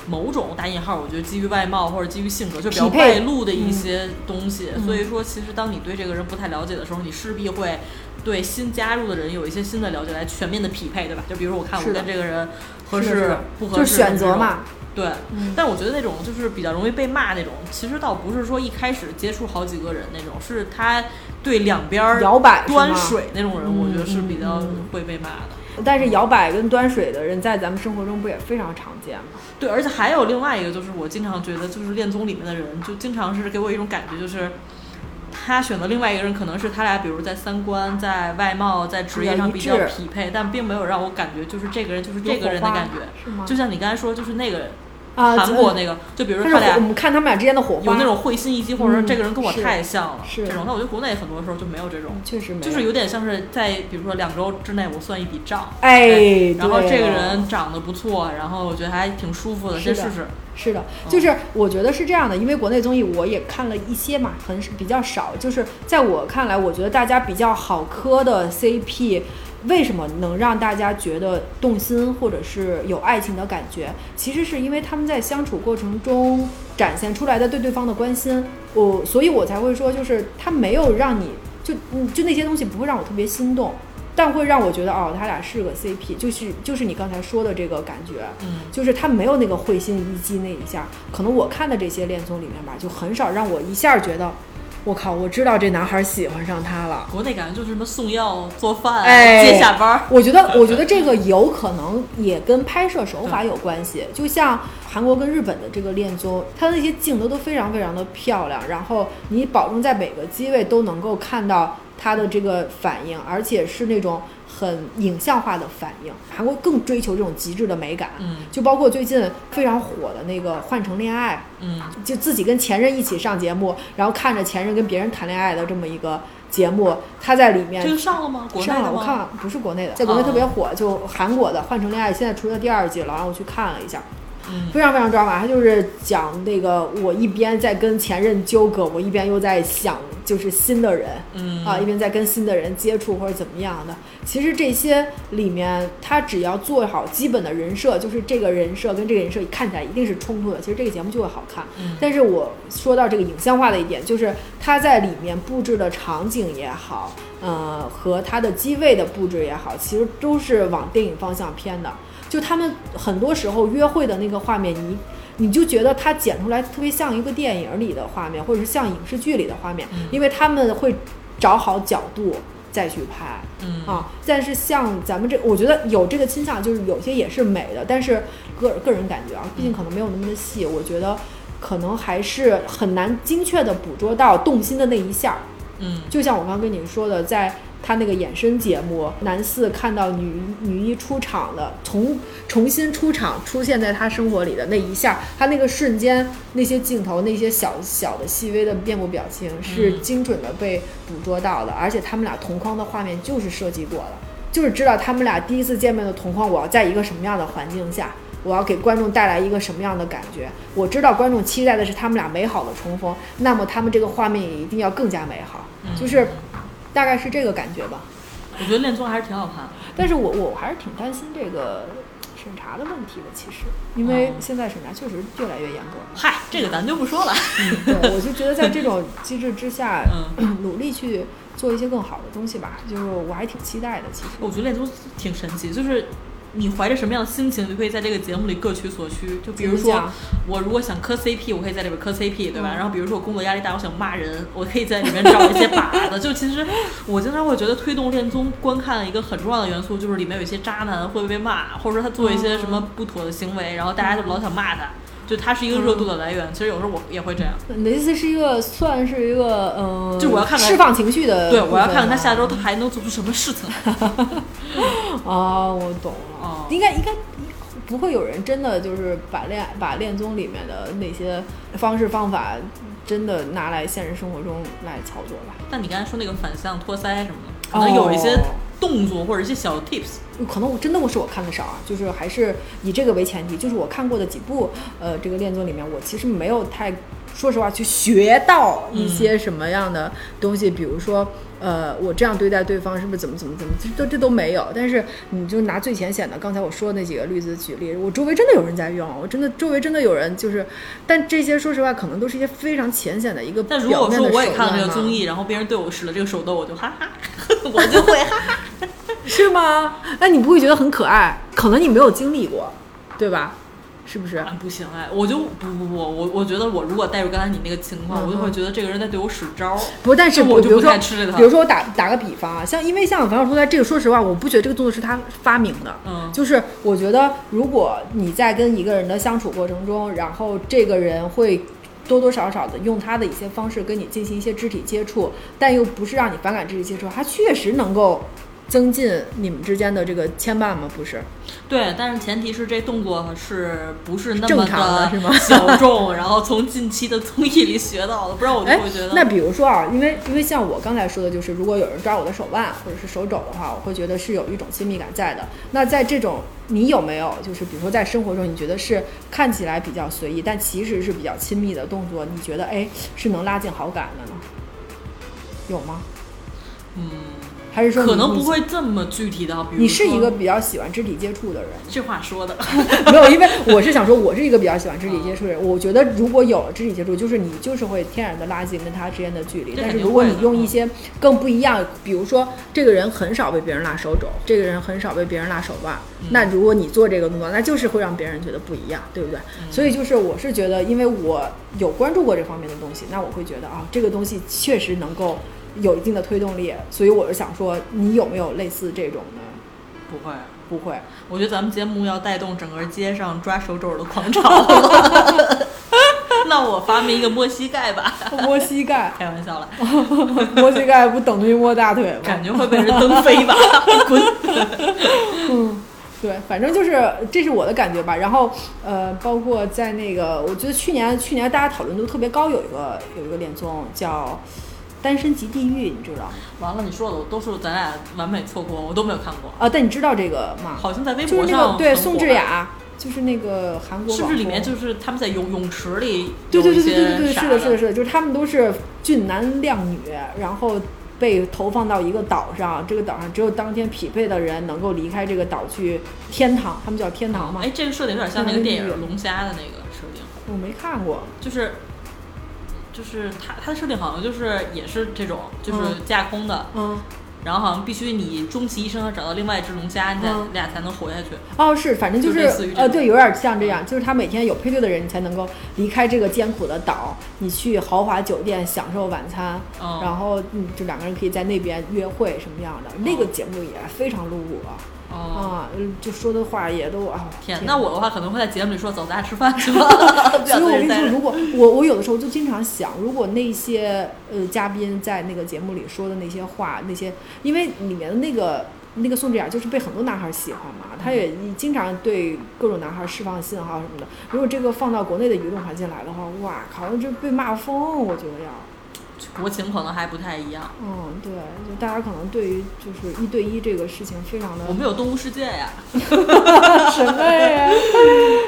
B: 某种打引号，我觉得基于外貌或者基于性格，就比较
C: 匹配嗯
B: 外露的一些东西。所以说，其实当你对这个人不太了解的时候，你势必会。对新加入的人有一些新的了解，来全面的匹配，对吧？就比如我看我
C: 是的
B: 跟这个人合
C: 是的是
B: 适
C: 的
B: 不合
C: 就
B: 适，
C: 是选择
B: 这种
C: 嘛，
B: 对，
C: 嗯
B: 但我觉得那种就是比较容易被骂那种，其实倒不是说一开始接触好几个人那种，是他对两边儿
C: 摇摆是吗嗯
B: 端水那种人，我觉得是比较会被骂的。
C: 但是摇摆跟端水的人在咱们生活中不也非常常见吗？
B: 对，而且还有另外一个，就是我经常觉得，就是恋综里面的人，就经常是给我一种感觉，就是他选择另外一个人，可能是他俩，比如在三观、在外貌、在职业上比
C: 比
B: 较
C: 较一致
B: 匹配，但并没有让我感觉就是这个人就是这个人的感觉。
C: 是吗？
B: 就像你刚才说，就是那个人
C: 啊，
B: 韩国那个，就比如说
C: 但
B: 他
C: 是
B: 俩
C: 我们看他们俩之间的火花，
B: 有那种会心一击，或者说
C: 嗯
B: 这个人跟我
C: 是
B: 太像了，
C: 是
B: 这种。但我觉得国内很多时候就没有这种，
C: 确实没
B: 就是有点像是在比如说两周之内我算一笔账，
C: 哎，
B: 然后
C: 对
B: 这个人长得不错，然后我觉得还挺舒服的，
C: 是
B: 先
C: 的
B: 试试。
C: 是的，就是我觉得是这样的，因为国内综艺我也看了一些嘛，很比较少。就是在我看来，我觉得大家比较好磕的 CP，为什么能让大家觉得动心或者是有爱情的感觉？其实是因为他们在相处过程中展现出来的对对方的关心。我所以，我才会说，就是他没有让你就嗯就那些东西不会让我特别心动。但会让我觉得哦，他俩是个 CP，就是就是你刚才说的这个感觉，
B: 嗯，
C: 就是他没有那个会心一击那一下。可能我看的这些恋综里面吧，就很少让我一下觉得，我靠，我知道这男孩喜欢上他了。
B: 国内感觉就是什么送药、做饭、
C: 哎
B: 接下班儿，
C: 我觉得，我觉得这个有可能也跟拍摄手法有关系。就像韩国跟日本的这个恋综，它的那些镜头都非常非常的漂亮，然后你保证在每个机位都能够看到他的这个反应，而且是那种很影像化的反应。韩国更追求这种极致的美感，
B: 嗯
C: 就包括最近非常火的那个《换乘恋爱》，
B: 嗯，
C: 就自己跟前任一起上节目，然后看着前任跟别人谈恋爱的这么一个节目，他在里面
B: 这个上了吗？国内
C: 哎上了，
B: 的
C: 我
B: 吗？哦
C: 看了，不是国内的，在国内特别火，就韩国的《换乘恋爱》，现在出了第二季了，然后我去看了一下，
B: 嗯
C: 非常非常抓马。它就是讲那个我一边在跟前任纠葛，我一边又在想就是新的人，
B: 嗯
C: 啊，一边在跟新的人接触或者怎么样的。其实这些里面，他只要做好基本的人设，就是这个人设跟这个人设看起来一定是冲突的，其实这个节目就会好看。
B: 嗯
C: 但是我说到这个影像化的一点，就是它在里面布置的场景也好，呃，和它的机位的布置也好，其实都是往电影方向偏的。就他们很多时候约会的那个画面，你你就觉得它剪出来特别像一个电影里的画面，或者是像影视剧里的画面，因为他们会找好角度再去拍。
B: 嗯
C: 啊，但是像咱们这，我觉得有这个倾向，就是有些也是美的，但是个个人感觉啊，毕竟可能没有那么的细，我觉得可能还是很难精确的捕捉到动心的那一下儿。
B: 嗯
C: 就像我刚刚跟你说的，在他那个衍生节目，男四看到女女一出场的，重重新出场出现在他生活里的那一下，他那个瞬间那些镜头，那些小小的细微的面部表情是精准的被捕捉到的，而且他们俩同框的画面就是设计过的，就是知道他们俩第一次见面的同框，我要在一个什么样的环境下。我要给观众带来一个什么样的感觉？我知道观众期待的是他们俩美好的重逢，那么他们这个画面也一定要更加美好，
B: 嗯
C: 就是大概是这个感觉吧。
B: 我觉得恋综还是挺好看的。
C: 但是我我还是挺担心这个审查的问题的，其实，因为
B: 嗯
C: 现在审查确实越来越严 格。
B: 嗨，这个咱就不说了。
C: 对，我就觉得在这种机制之下，
B: 嗯
C: 努力去做一些更好的东西吧。就是我还挺期待的，其实。
B: 我觉得恋综挺神奇，就是你怀着什么样的心情，你可以在这个节目里各取所需。就比如
C: 怎么
B: 说
C: 讲，
B: 我如果想磕 CP，我可以在里边磕 CP，对吧？然后比如说我工作压力大，我想骂人，我可以在里面找一些靶 子。就其实我经常会觉得推动恋综观看一个很重要的元素，就是里面有一些渣男会被骂，或者说他做一些什么不妥的行为，然后大家就老想骂他。就他是一个热度的来源，其实有时候我也会这样。
C: 你嗯的意思是一个算是一个嗯，呃
B: 就我要看看
C: 释放情绪的部
B: 对，
C: 分啊，
B: 我要看看他下周他还能做出什么事情来。
C: 哦，我懂了，
B: 哦
C: 应该应该不会有人真的就是把恋把恋综里面的那些方式方法真的拿来现实生活中来操作吧？
B: 但你刚才说那个反向托腮什么的，可
C: 哦
B: 能有一些动作或者一些小 tips，、
C: 可能我真的我是我看的少啊，就是还是以这个为前提，就是我看过的几部呃这个恋综里面，我其实没有太说实话去学到一
B: 嗯
C: 些什么样的东西，比如说呃我这样对待对方是不是怎么怎么怎么，这都这都没有。但是你就拿最浅显的刚才我说的那几个例子举例，我周围真的有人在用，我真的周围真的有人就是，但这些说实话可能都是一些非常浅显的一个
B: 但如
C: 表
B: 果
C: 面
B: 说
C: 的
B: 我也
C: 手
B: 看了
C: 段
B: 这个
C: 嘛
B: 综艺，然后别人对我使了这个手段，我就哈 哈，我就会哈哈。
C: 是吗？那你不会觉得很可爱？可能你没有经历过，对吧？是不是？
B: 啊不行哎，我就不不不，我我觉得我如果带入刚才你那个情况，
C: 嗯
B: 我就会觉得这个人在对我使招儿。
C: 不，但是
B: 那我
C: 比
B: 就
C: 如
B: 不
C: 说
B: 太吃这，套
C: 比如说我打打个比方啊，像因为像王小说他这个，说实话，我不觉得这个动作是他发明的，
B: 嗯
C: 就是我觉得如果你在跟一个人的相处过程中，然后这个人会。多多少少的用他的一些方式跟你进行一些肢体接触，但又不是让你反感肢体接触，他确实能够增进你们之间的这个牵绊吗？不是，
B: 对，但是前提是这动作是不是那
C: 正
B: 么
C: 常的是吗
B: 小众，然后从近期的综艺里学到的，不然我就
C: 哎
B: 会觉，得
C: 那比如说啊，因为因为像我刚才说的，就是如果有人抓我的手腕或者是手肘的话，我会觉得是有一种亲密感在的。那在这种，你有没有就是比如说在生活中，你觉得是看起来比较随意，但其实是比较亲密的动作，你觉得哎是能拉近好感的呢？有吗？
B: 嗯，
C: 还是说
B: 可
C: 你
B: 能不
C: 你
B: 会这么具体的。比如
C: 你是一
B: 说
C: 个比较喜欢肢体接触的人，
B: 这话说的，
C: 没有，因为我是想说，我是一个比较喜欢肢体接触
B: 嗯
C: 的人。我觉得如果有了肢体接触，就是你就是会天然的拉近跟他之间的距离。
B: 这
C: 但
B: 肯
C: 是
B: 定
C: 如果
B: 会
C: 你
B: 的
C: 用一
B: 嗯
C: 些更不一样，比如说这个人很少被别人拉手肘，这个人很少被别人拉手腕，
B: 嗯
C: 那如果你做这个动作，那就是会让别人觉得不一样，对不对？
B: 嗯
C: 所以就是我是觉得，因为我有关注过这方面的东西，那我会觉得啊，这个东西确实能够有一定的推动力。所以我是想说，你有没有类似这种的？
B: 不会。
C: 不会。啊
B: 我觉得咱们节目要带动整个街上抓手肘的狂潮了。 那我发明一个摸膝盖吧，
C: 摸膝盖，
B: 开玩 笑了，
C: 摸膝盖不等于摸大腿吗？
B: 感觉会被人蹬飞吧，滚！
C: 嗯，对，反正就是这是我的感觉吧。然后呃，包括在那个，我觉得去年去年大家讨论度特别高，有一个有一个恋综叫《单身即地狱》，你知道吗？
B: 完了，你说的我都是咱俩完美错过，我都没有看过，
C: 啊，但你知道这个吗？
B: 好像在微
C: 就是
B: 博
C: 那个
B: 上
C: 对
B: 很火
C: 宋智，雅，就是那个韩国
B: 是不是
C: 网
B: 里面
C: 红
B: 就是他们在泳泳池里
C: 对对对对
B: 有一
C: 对对对，
B: 些啥
C: 是的，是的，是的，就是他们都是俊男靓女，然后被投放到一个岛上，这个岛上只有当天匹配的人能够离开这个岛去天堂，他们叫天堂吗？
B: 哎，这个设定有点像那
C: 对
B: 个
C: 对对
B: 电影
C: 对
B: 《龙虾》的那个设定，
C: 我没看过，
B: 就是。就是它，它的设定好像就是也是这种，就是
C: 嗯
B: 架空的，
C: 嗯。
B: 然后好像必须你终其一生要找到另外一只龙虾，你才
C: 嗯
B: 俩才能活下去。
C: 哦，是，反正就
B: 就是类似于这
C: 呃，
B: 种
C: 对，有点像这样，就是他每天有配对的人，你才能够离开这个艰苦的岛，你去豪华酒店享受晚餐，
B: 嗯
C: 然后嗯，就两个人可以在那边约会什么样的，那个节目也非常露骨啊，
B: 哦，
C: 啊，嗯就说的话也都啊，
B: 天，
C: 天
B: 那我的话可能会在节目里说走，咱俩吃 饭去吧。不
C: 所
B: 想
C: 以我
B: 在
C: 跟你
B: 这待
C: 说，
B: 着
C: 如果我我有的时候就经常想，如果那些呃嘉宾在那个节目里说的那些话，那些因为里面的那个那个宋智雅就是被很多男孩喜欢嘛，她也经常对各种男孩释放信号什么的。如果这个放到国内的舆论环境来的话，哇靠，这被骂疯，我觉得要。
B: 国情可能还不太一样。
C: 嗯，对，就大家可能对于就是一对一这个事情非常的
B: 我们有动物世界呀，
C: 什么呀？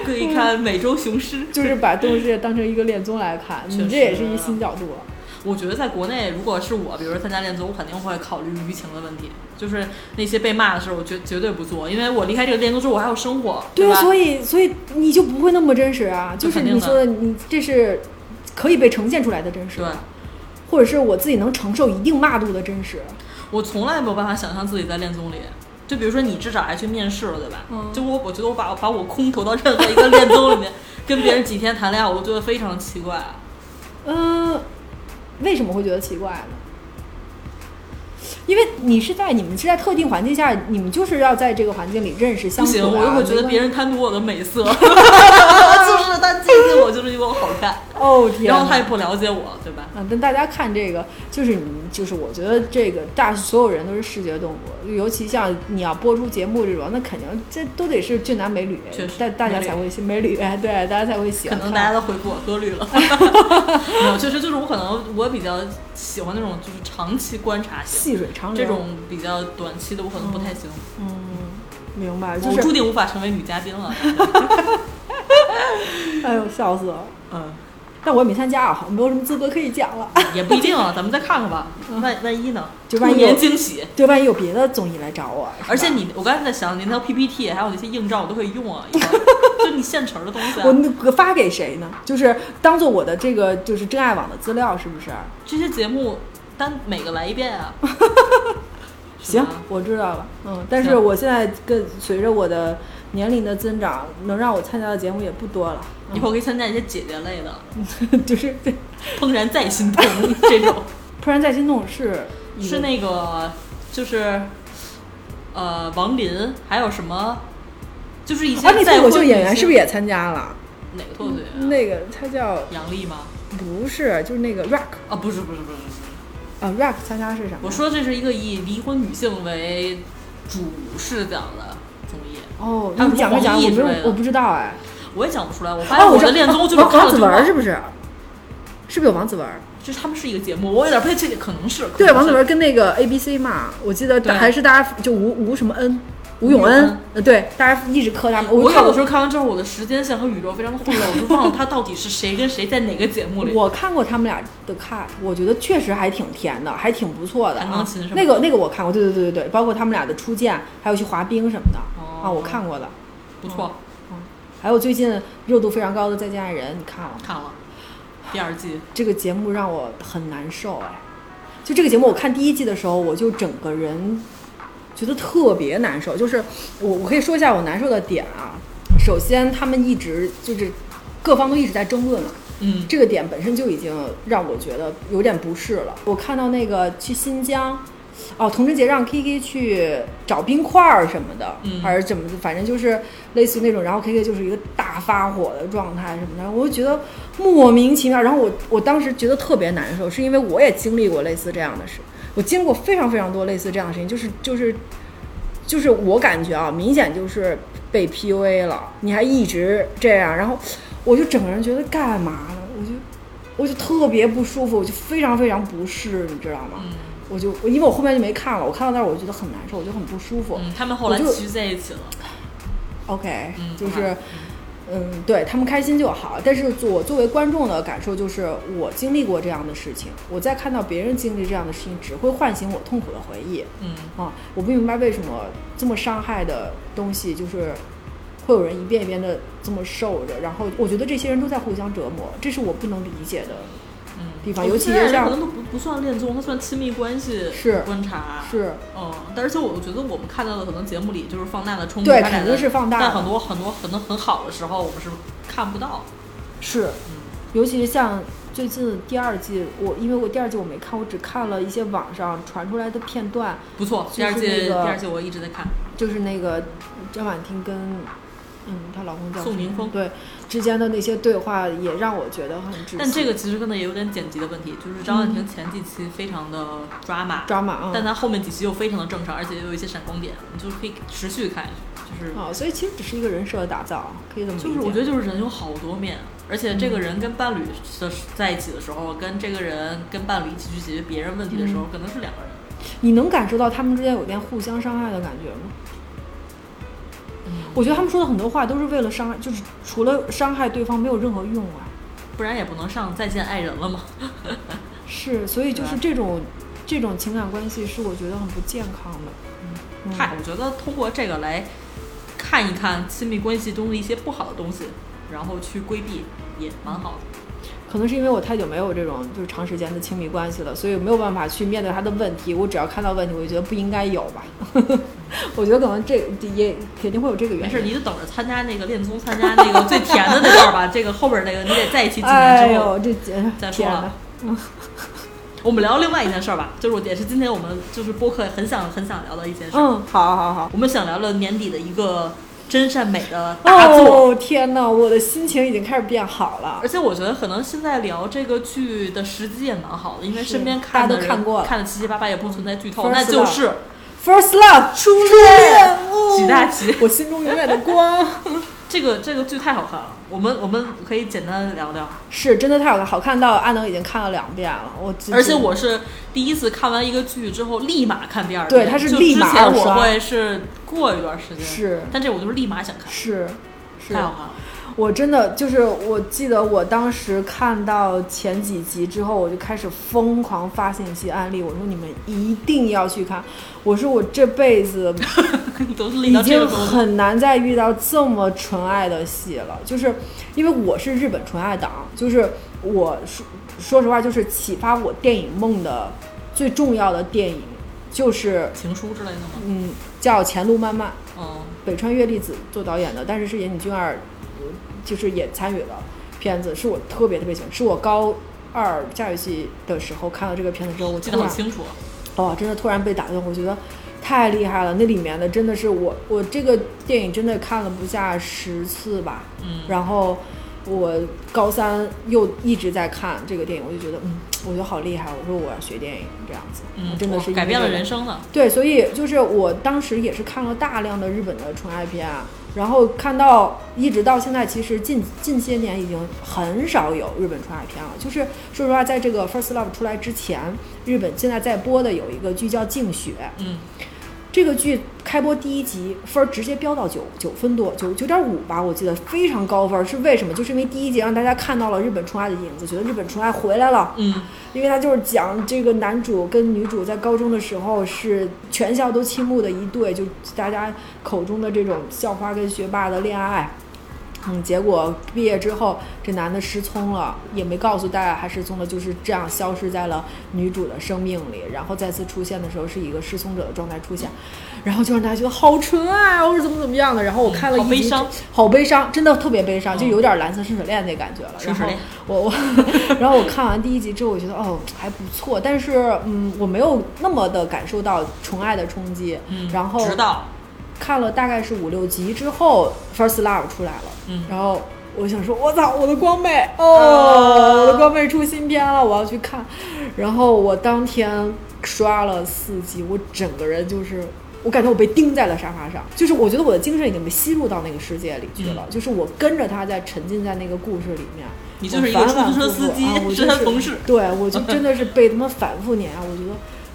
B: 可以看美洲雄狮。
C: 就是把动物世界当成一个恋综来看，你
B: 确
C: 这也
B: 实
C: 是一新角度。
B: 我觉得在国内，如果是我，比如说参加恋综，我肯定会考虑舆情的问题，就是那些被骂的事儿，我绝绝对不做，因为我离开这个恋综之后，我还有生活，
C: 对，啊
B: 吧？
C: 所以所以你就不会那么真实啊，就是
B: 肯定
C: 你
B: 的
C: 说的，你这是可以被呈现出来的真实
B: 对，，
C: 或者是我自己能承受一定骂度的真实。
B: 我从来没有办法想象自己在恋综里，就比如说你至少还去面试了，对吧？嗯、就我我觉得我把把我空投到任何一个恋综里 面，跟别人几天谈恋爱，我都觉得非常奇怪。
C: 嗯、呃，为什么会觉得奇怪呢？因为你是在你们是在特定环境下，你们就是要在这个环境里认识相
B: 不
C: 处、啊。
B: 行，我又会觉得别人贪图我的 美色， 就是他嫉妒我，就是因为我好看。
C: 哦天！
B: 然后他也不了解我，对吧？
C: 啊，但大家看这个，就是你，就是我觉得这个大所有人都是视觉动物，尤其像你要播出节目这种，那肯定这都得是俊男美女，大大家才会美女，哎对，大家才会喜欢。
B: 可能大家都回复我喝绿了。 没有，确实就是我可能我比较喜欢那种就是长期观察
C: 细水。长
B: 这种比较短期的，我可能不太行。
C: 嗯，明白，就是
B: 我注定无法成为女嘉宾了。
C: 哎呦，笑死了。
B: 嗯，
C: 但我也没参加啊，没有什么资格可以讲了。
B: 也不一定啊，咱们再看看吧。万万一呢？
C: 就万一
B: 年惊 喜，
C: 对，万一有别的综艺来找我。
B: 而且你，我刚才在想，你那条 PPT 还有那些硬照，我都可以用 啊。就你现成的东西、啊，
C: 我发给谁呢？就是当做我的这个就是真爱网的资料，是不是？
B: 这些节目。单每个来一遍 啊！
C: 行，我知道了。嗯，但是我现在跟随着我的年龄的增长，能让我参加的节目也不多了。
B: 以后可以参加一些姐姐类
C: 的，就是《
B: 怦然再心动》这种。
C: 怦然再心动是
B: 是那个就是呃王林，还有什么就是一些
C: 啊，那脱口秀演员是嗯不是也参加了？
B: 哪个脱口秀演员？
C: 那个他叫
B: 杨丽吗？
C: 不是，就是那个 Rock
B: 啊，不是不是不是。
C: 啊，rap 参加是啥？
B: 我说这是一个以离婚女性为主视角的综艺。
C: 哦，你讲没讲？我不我不知道哎，哦
B: 我也讲不出来。我
C: 啊
B: 发现我的恋综就是
C: 王子文是不是？是不是有王子文？
B: 就是他们是一个节目，我有点不太确定，可能是。
C: 对，王子文跟那个 A B C 嘛，我记得还是大家就吴吴什么恩，吴永恩，呃，对，大家一直磕他们。
B: 我有的时候看完之后，我的时间线和宇宙非常混乱，我就忘了他到底是谁跟谁在哪个节目里。
C: 我看过他们俩的 cut，我觉得确实还挺甜的，还挺不错的。啊
B: 钢琴什么？
C: 那个那个我看过，对对对对对，包括他们俩的初见，还有去滑冰什么的啊，我看过的，
B: 不错。
C: 嗯，还有最近热度非常高的《再见爱人》，你看了？
B: 看了。第二季
C: 这个节目让我很难受哎，就这个节目，我看第一季的时候，我就整个人觉得特别难受。就是我我可以说一下我难受的点啊。首先，他们一直就是各方都一直在争论嘛，
B: 嗯，
C: 这个点本身就已经让我觉得有点不适了。我看到那个去新疆，哦，童晨杰让 Kiki 去找冰块儿什么的，
B: 嗯、
C: 还是怎么，反正就是类似于那种，然后 Kiki 就是一个大发火的状态什么的，我就觉得。莫名其妙，然后我我当时觉得特别难受，是因为我也经历过类似这样的事，我经过非常非常多类似这样的事情，就是就是就是我感觉啊，明显就是被 PUA 了，你还一直这样，然后我就整个人觉得干嘛呢？我就我就特别不舒服，我就非常非常不适，你知道吗？
B: 嗯、
C: 我就因为我后面就没看了，我看到那儿我就觉得很难受，我就很不舒服。
B: 嗯，他们后来其实在一起了。
C: OK，、
B: 嗯、
C: 就是。嗯，对他们开心就好。但是我作为观众的感受就是，我经历过这样的事情，我在看到别人经历这样的事情，只会唤醒我痛苦的回忆。
B: 嗯
C: 啊，我不明白为什么这么伤害的东西，就是会有人一遍一遍的这么受着。然后我觉得这些人都在互相折磨，这是我不能理解的地方。
B: 嗯、
C: 啊尤其是像
B: 可能都不不算恋综，它算亲密关系
C: 是
B: 观察
C: 是
B: 嗯。但而且我觉得我们看到的可能节目里就是放大了冲突
C: 对，肯定是放大。
B: 但很多很多很多很好的时候，我们是看不到。
C: 是，尤其像最近第二季，我因为我第二季我没看，我只看了一些网上传出来的片段。
B: 不错，第二季第二季我一直在看。
C: 就是那个张婉婷跟嗯她老公叫
B: 宋宁峰
C: 对之间的那些对话，也让我觉得很窒息。
B: 但这个其实可能也有点剪辑的问题，就是张婉婷前几期非常的抓马
C: 嗯抓马，嗯
B: 但她后面几期又非常的正常，而且又有一些闪光点，你就可以持续看下去。就是
C: 哦，所以其实只是一个人设的打造，可以这么
B: 就是我觉得就是人有好多面，而且这个人跟伴侣的在一起的时候，跟这个人跟伴侣一起去解决别人问题的时候，可能是两个人。
C: 你能感受到他们之间有点互相伤害的感觉吗？
B: 嗯，
C: 我觉得他们说的很多话都是为了伤害，就是除了伤害对方没有任何用啊，
B: 不然也不能上《再见爱人》了嘛。
C: 是，所以就是这种这种情感关系是我觉得很不健康的。嗯，
B: 嗨，我觉得通过这个来。看一看亲密关系中的一些不好的东西，然后去规避也蛮好的。
C: 可能是因为我太久没有这种就是长时间的亲密关系了，所以没有办法去面对他的问题。我只要看到问题，我就觉得不应该有吧。 我觉得可能这也肯定会有这个原因。
B: 没事，你就等着参加那个恋综，参加那个最甜的那段儿吧。这个后边儿那个你得在一起几年
C: 哎
B: 之后。
C: 呦，这天
B: 再说
C: 哪
B: 了！我们聊另外一件事儿吧，就是我也是今天我们就是播客很想很想聊的一件事儿。
C: 嗯，好好好。
B: 我们想聊聊年底的一个真善美的大作，
C: 哦天哪，我的心情已经开始变好了
B: 而。且我觉得可能现在聊这个剧的时机也蛮好的，因为
C: 是
B: 身边
C: 大家
B: 看
C: 都
B: 的人
C: 看过了
B: 看的七七八八，也不存在剧透，
C: First
B: 那就是
C: First Love 初恋，哦
B: 几大集
C: 我心中永远的光。
B: 这个这个剧太好看了。我们我们可以简单地聊聊，
C: 是真的太好看，好看到阿能已经看了两遍了。我自己
B: 而且我是第一次看完一个剧之后立马看第二遍，
C: 对它是
B: 就
C: 立马
B: 之前
C: 二刷
B: 我会是过一段时间，
C: 是
B: 但这我就是立马想看，
C: 是是
B: 太好看了。
C: 我真的就是，我记得我当时看到前几集之后，我就开始疯狂发信息安利，我说你们一定要去看。我说我这辈 子
B: 都是累
C: 已
B: 到这
C: 经
B: 个时候，
C: 很难再遇到这么纯爱的戏了，就是因为我是日本纯爱党，就是我说说实话，就是启发我电影梦的最重要的电影就是
B: 情书之类的吗？
C: 嗯叫《前路漫漫》。
B: 嗯，
C: 北川月粒子做导演的，但是是岩井俊二，呃就是也参与了片子，是我特别特别喜欢，是我高二下学期的时候看了这个片子之后，我
B: 记
C: 突
B: 得很
C: 然
B: 清楚。
C: 哦，真的突然被打动，我觉得太厉害了，那里面的真的是我我这个电影真的看了不下十次吧，
B: 嗯，
C: 然后我高三又一直在看这个电影，我就觉得嗯，我觉得好厉害，我说我要学电影这样子，
B: 嗯，
C: 我真的是
B: 哇
C: 因
B: 改
C: 为
B: 变了
C: 这个
B: 人生呢。
C: 对，所以就是我当时也是看了大量的日本的纯爱片啊，然后看到一直到现在，其实近近些年已经很少有日本纯爱片了。就是说实话，在这个《First Love》出来之前，日本现在在播的有一个剧叫《静雪》，
B: 嗯，
C: 这个剧开播第一集分儿直接飙到九九分多，九九点五吧，我记得非常高分儿。是为什么？就是因为第一集让大家看到了日本纯爱的影子，觉得日本纯爱回来了。
B: 嗯，
C: 因为他就是讲这个男主跟女主在高中的时候是全校都倾慕的一对，就大家口中的这种校花跟学霸的恋爱。嗯，结果毕业之后，这男的失踪了，也没告诉大家他失踪了，就是这样消失在了女主的生命里。然后再次出现的时候，是以一个失踪者的状态出现，然后就让大家觉得好纯爱、啊，或者怎么怎么样的。然后我看了一
B: 嗯
C: 集，
B: 好悲伤
C: 好悲伤，真的特别悲伤，就
B: 嗯
C: 有点蓝色生死恋那感觉了。
B: 生
C: 然
B: 死
C: 后
B: 恋
C: 我我， 然后我看完第一集之后，我觉得哦还不错，但是嗯，我没有那么的感受到纯爱的冲击。
B: 嗯
C: 然后
B: 直到
C: 看了大概是五六集之后，《First Love》出来了，
B: 嗯
C: 然后我想说，我操，我的光妹哦，
B: 啊
C: 我的光妹出新片了，我要去看。然后我当天刷了四集，我整个人就是。我感觉我被钉在了沙发上，就是我觉得我的精神已经被吸入到那个世界里去了，就是我跟着他在沉浸在那个故事里面。
B: 嗯你
C: 我
B: 就是一个
C: 反
B: 出
C: 反
B: 租车
C: 复
B: 司
C: 复
B: 机
C: 啊我
B: 是
C: 就
B: 他同事
C: 对，我就真的是被他们反复碾压，我觉得。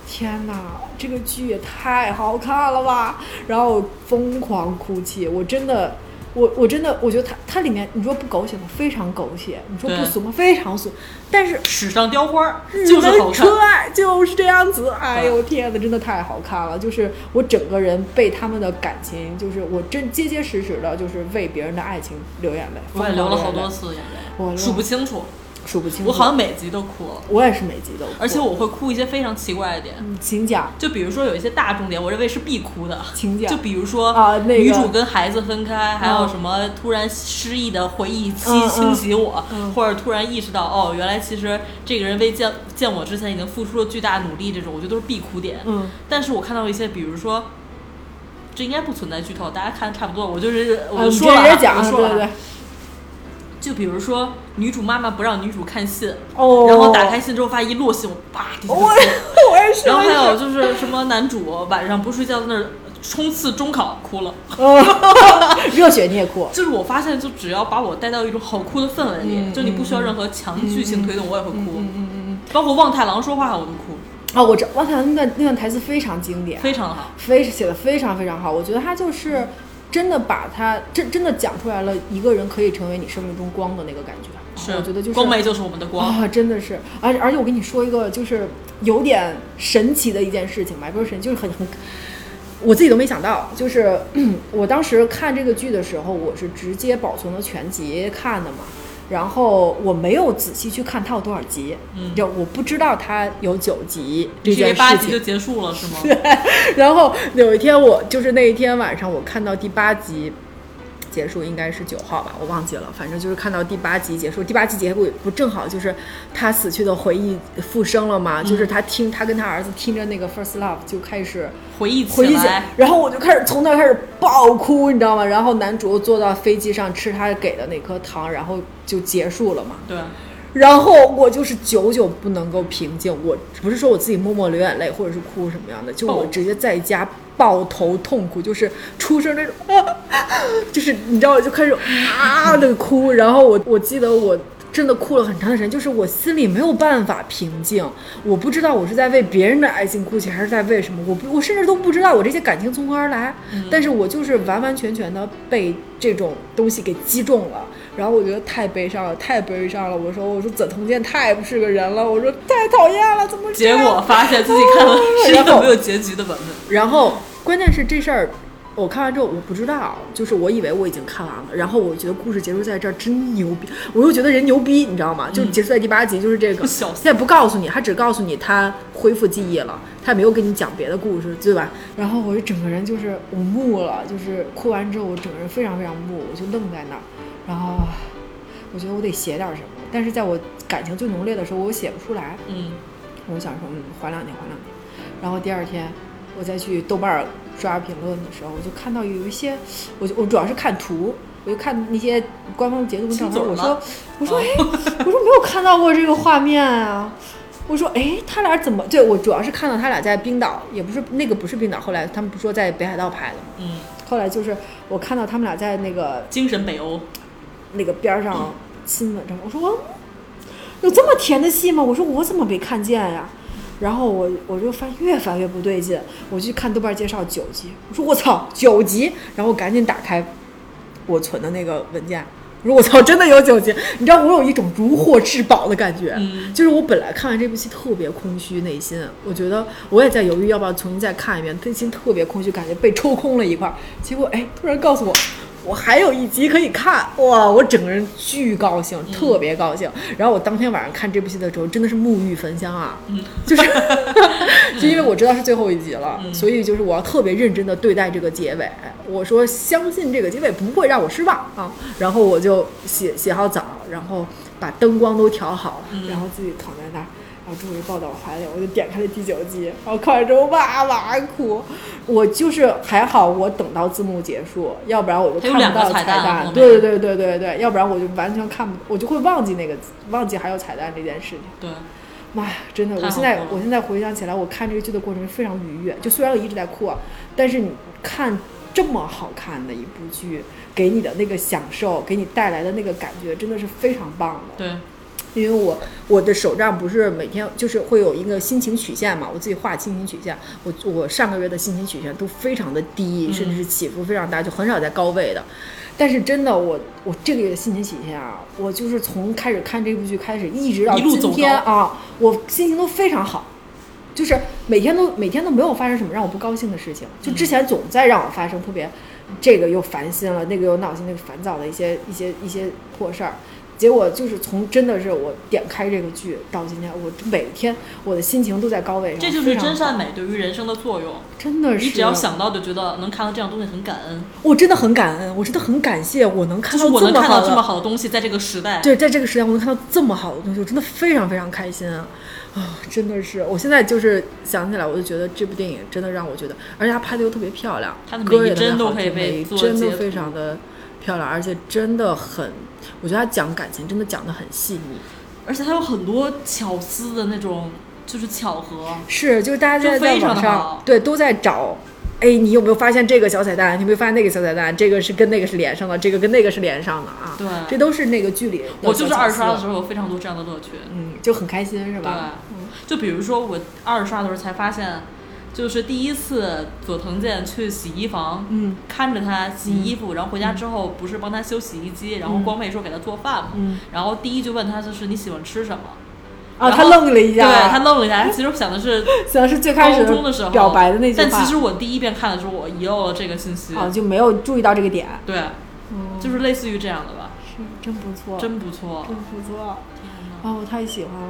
C: 天哪，这个剧也太好看了吧！然后疯狂哭泣，我真的，我我真的，我觉得它它里面你说不狗血吗？非常狗血，你说不
B: 对
C: 俗吗？非常俗。但是
B: 史上雕花儿
C: 日
B: 就是好
C: 本
B: 看嗯
C: 纯。爱就是这样子，哎呦天哪，真的太好看了！就是我整个人被他们的感情，就是我真结结实实的，就是为别人的爱情流眼泪，
B: 我也流了好
C: 疯狂眼
B: 多
C: 泪
B: 次眼泪，
C: 我
B: 数不清楚，
C: 数不清楚，
B: 我好像每集都哭了，
C: 我也是每集都哭，
B: 而且我会哭一些非常奇怪的点，
C: 嗯请讲
B: 就比如说有一些大重点，我认为是必哭的。
C: 请讲，
B: 就比如说
C: 啊那个
B: 女主跟孩子分开，还有
C: 嗯
B: 什么突然失忆的回忆
C: 嗯
B: 清
C: 嗯
B: 清洗我
C: 嗯，
B: 或者突然意识到哦，原来其实这个人为见见我之前已经付出了巨大努力，这种我觉得都是必哭点。
C: 嗯
B: 但是我看到一些，比如说，这应该不存在剧透，大家看差不多，我就是我
C: 啊
B: 就
C: 你
B: 说了
C: 直
B: 啊，
C: 接讲，
B: 我
C: 对
B: 就说了啊
C: 对对，
B: 就比如说，女主妈妈不让女主看信，
C: 哦
B: 然后打开信之后发现一摞信，我叭递进去
C: 我
B: 信。
C: 我也是，
B: 然后还
C: 我
B: 有
C: 也是
B: 就是什么男主晚上不睡觉在那儿冲刺中考哭了，
C: 哦热血你也哭，
B: 就是我发现就只要把我带到一种好哭的氛围里，
C: 嗯
B: 就你不需要任何强剧情推动，我也会哭。
C: 嗯嗯嗯
B: 包括望太郎说话我都哭，
C: 嗯，啊，我知汪小那段那段台词非常经典，
B: 非常好。
C: 非写的非常非常好，我觉得他就是真的把他真真的讲出来了，一个人可以成为你生命中光的那个感觉，
B: 是，
C: 我觉得就是
B: 光梅就是我们的光。
C: 啊，真的是，而且而且我跟你说一个就是有点神奇的一件事情吧，也不是神奇，就是很很，我自己都没想到，就是 我当时看这个剧的时候，我是直接保存了全集看的嘛。然后我没有仔细去看它有多少集，
B: 嗯
C: 就我不知道它有九集这
B: 因为
C: 件
B: 八
C: 事
B: 集就
C: 情。
B: 结束了是吗？
C: 然后有一天我就是那一天晚上我看到第八集。结束应该是九号吧，我忘记了，反正就是看到第八集结束，第八集结束不正好就是他死去的回忆复生了吗？就是他听他跟他儿子听着那个 first love 就开始
B: 回忆
C: 回
B: 起
C: 忆起
B: 来，，
C: 然后我就开始从那儿开始爆哭，你知道吗？然后男主又坐到飞机上吃他给的那颗糖，然后就结束了嘛。
B: 对，
C: 然后我就是久久不能够平静，我不是说我自己默默流眼泪或者是哭什么样的，就我
B: 哦
C: 直接在家抱头痛哭，就是出声那种，啊、就是你知道，我就开始啊的哭。然后我我记得我真的哭了很长的时间，就是我心里没有办法平静，我不知道我是在为别人的爱情哭泣，还是在为什么，我不我甚至都不知道我这些感情从何而来，但是我就是完完全全的被这种东西给击中了。然后我觉得太悲伤了，太悲伤了。我说，我说佐藤健太不是个人了，我说太讨厌了，怎么这
B: 结
C: 样啊
B: 果发现自己看了是一
C: 然
B: 个
C: 后
B: 没有结局的版本。
C: 然后关键是这事儿，我看完之后我不知道，就是我以为我已经看完了，然后我觉得故事结束在这儿真牛逼，我又觉得人牛逼，你知道吗？就结束在第八集，就是这个。
B: 笑死
C: 他也不告诉你，他只告诉你他恢复记忆了，他也没有跟你讲别的故事，对吧？然后我就整个人就是我木了，就是哭完之后我整个人非常非常木，我就愣在那儿，然后啊我觉得我得写点什么，但是在我感情最浓烈的时候，我写不出来。
B: 嗯，
C: 我想说，嗯，缓两天，缓两天。然后第二天，我再去豆瓣儿刷评论的时候，我就看到有一些，我就我主要是看图，我就看那些官方截图跟照片
B: 亲嘴
C: 儿，
B: 儿
C: 我
B: 吗
C: 说，我说，哎，我说没有看到过这个画面啊。我说，哎，他俩怎么？对我主要是看到他俩在冰岛，也不是那个不是冰岛，后来他们不说在北海道拍的吗？
B: 嗯，
C: 后来就是我看到他们俩在那个
B: 精神北欧，
C: 那个边儿上亲吻着我，我说嗯有这么甜的戏吗？我说我怎么没看见呀？然后我我就翻越翻越不对劲，我去看豆瓣介绍九集，我说我操九集，然后赶紧打开我存的那个文件，我说我操真的有九集，你知道我有一种如获至宝的感觉，
B: 嗯
C: 就是我本来看完这部戏特别空虚，内心我觉得我也在犹豫要不要重新再看一遍，内心特别空虚，感觉被抽空了一块儿。结果哎，突然告诉我，我还有一集可以看，哇！我整个人巨高兴，特别高兴。然后我当天晚上看这部戏的时候，真的是沐浴焚香啊， 就是就因为我知道是最后一集了，
B: 嗯
C: 所以就是我要特别认真的对待这个结尾。我说相信这个结尾不会让我失望
B: 嗯
C: 啊，然后我就洗洗好澡，然后把灯光都调好了，
B: 嗯
C: 然后自己躺在那儿。然后终于抱到我怀里，我就点开了第九集，然后看完之后哇哇哭。我就是还好，我等到字幕结束，要不然我就
B: 还有
C: 看
B: 两
C: 不
B: 个
C: 到
B: 彩蛋啊
C: 蛋。
B: 后面
C: 对对对对对对，要不然我就完全看不，我就会忘记那个，忘记还有彩蛋这件事情。
B: 对，
C: 妈呀，真的，
B: 太
C: 我
B: 好
C: 现在
B: 哭了
C: 我现在回想起来，我看这个剧的过程非常愉悦。就虽然我一直在哭，啊，但是你看这么好看的一部剧，给你的那个享受，给你带来的那个感觉，真的是非常棒的。
B: 对，
C: 因为我我的手账不是每天就是会有一个心情曲线嘛，我自己画心情曲线，我我上个月的心情曲线都非常的低，
B: 嗯
C: 甚至是起伏非常大，就很少在高位的。但是真的，我我这个月的心情曲线啊，我就是从开始看这部剧开始，一直到
B: 一路走
C: 今天啊，我心情都非常好，就是每天都每天都没有发生什么让我不高兴的事情，就之前总在让我发生特别这个又烦心了，那个又闹心，那个烦躁的一些一些一些破事儿。结果就是从真的是我点开这个剧到今天，我每天我的心情都在高位上，
B: 这就
C: 非
B: 是
C: 常
B: 真善
C: 好，
B: 美对于人生的作用。
C: 真的是
B: 你只要，想到就觉得能看到这样东西很感恩，
C: 我真的很感恩，我真的很感谢我能
B: 就
C: 看
B: 是
C: 到
B: 我能看
C: 好
B: 到
C: 的
B: 这么好的东西，在这个时代，
C: 对，在这个时代我能看到这么好的东西，我真的非常非常开心啊！啊，真的是，我现在就是想起来，我就觉得这部电影真的让我觉得，而且它拍的又特别漂亮，
B: 它的每
C: 歌
B: 一
C: 也特别
B: 帧都
C: 好
B: 可以
C: 听，
B: 被
C: 每一
B: 做
C: 帧都
B: 截
C: 非
B: 图
C: 常的漂亮，而且真的很，我觉得他讲感情真的讲的很细腻。
B: 而且它有很多巧思的那种，就是巧合。
C: 是，就是大家
B: 就
C: 在在
B: 非常
C: 网
B: 地
C: 上
B: 好
C: 对都在找，哎，你有没有发现这个小彩蛋？你有没有发现那个小彩蛋？这个是跟那个是连上的，这个跟那个是连上的啊。
B: 对
C: 这都是那个剧里的
B: 我就是
C: 小巧
B: 二刷的
C: 思
B: 时候有非常多这样的乐趣。
C: 嗯，就很开心是
B: 对
C: 吧？，
B: 就比如说我二刷的时候才发现，就是第一次佐藤健去洗衣房，
C: 嗯，
B: 看着他洗衣服，然后回家之后不是帮他修洗衣机，然后光妹说给他做饭嘛，
C: 嗯
B: 然后第一就问他就是你喜欢吃什么，
C: 啊，
B: 然
C: 他
B: 后
C: 愣了一
B: 对
C: 下，啊
B: 他愣了一下，他其实想的是
C: 虽然是最 开
B: 高
C: 始
B: 中的时候
C: 表白的那句话，
B: 但其实我第一遍看的时候我遗漏了这个信息，
C: 啊就没有注意到这个点。
B: 对，就是类似于这样的吧。
C: 是真不错，
B: 真不错。
C: 真不错。
B: 天哪
C: 啊，我太喜欢了。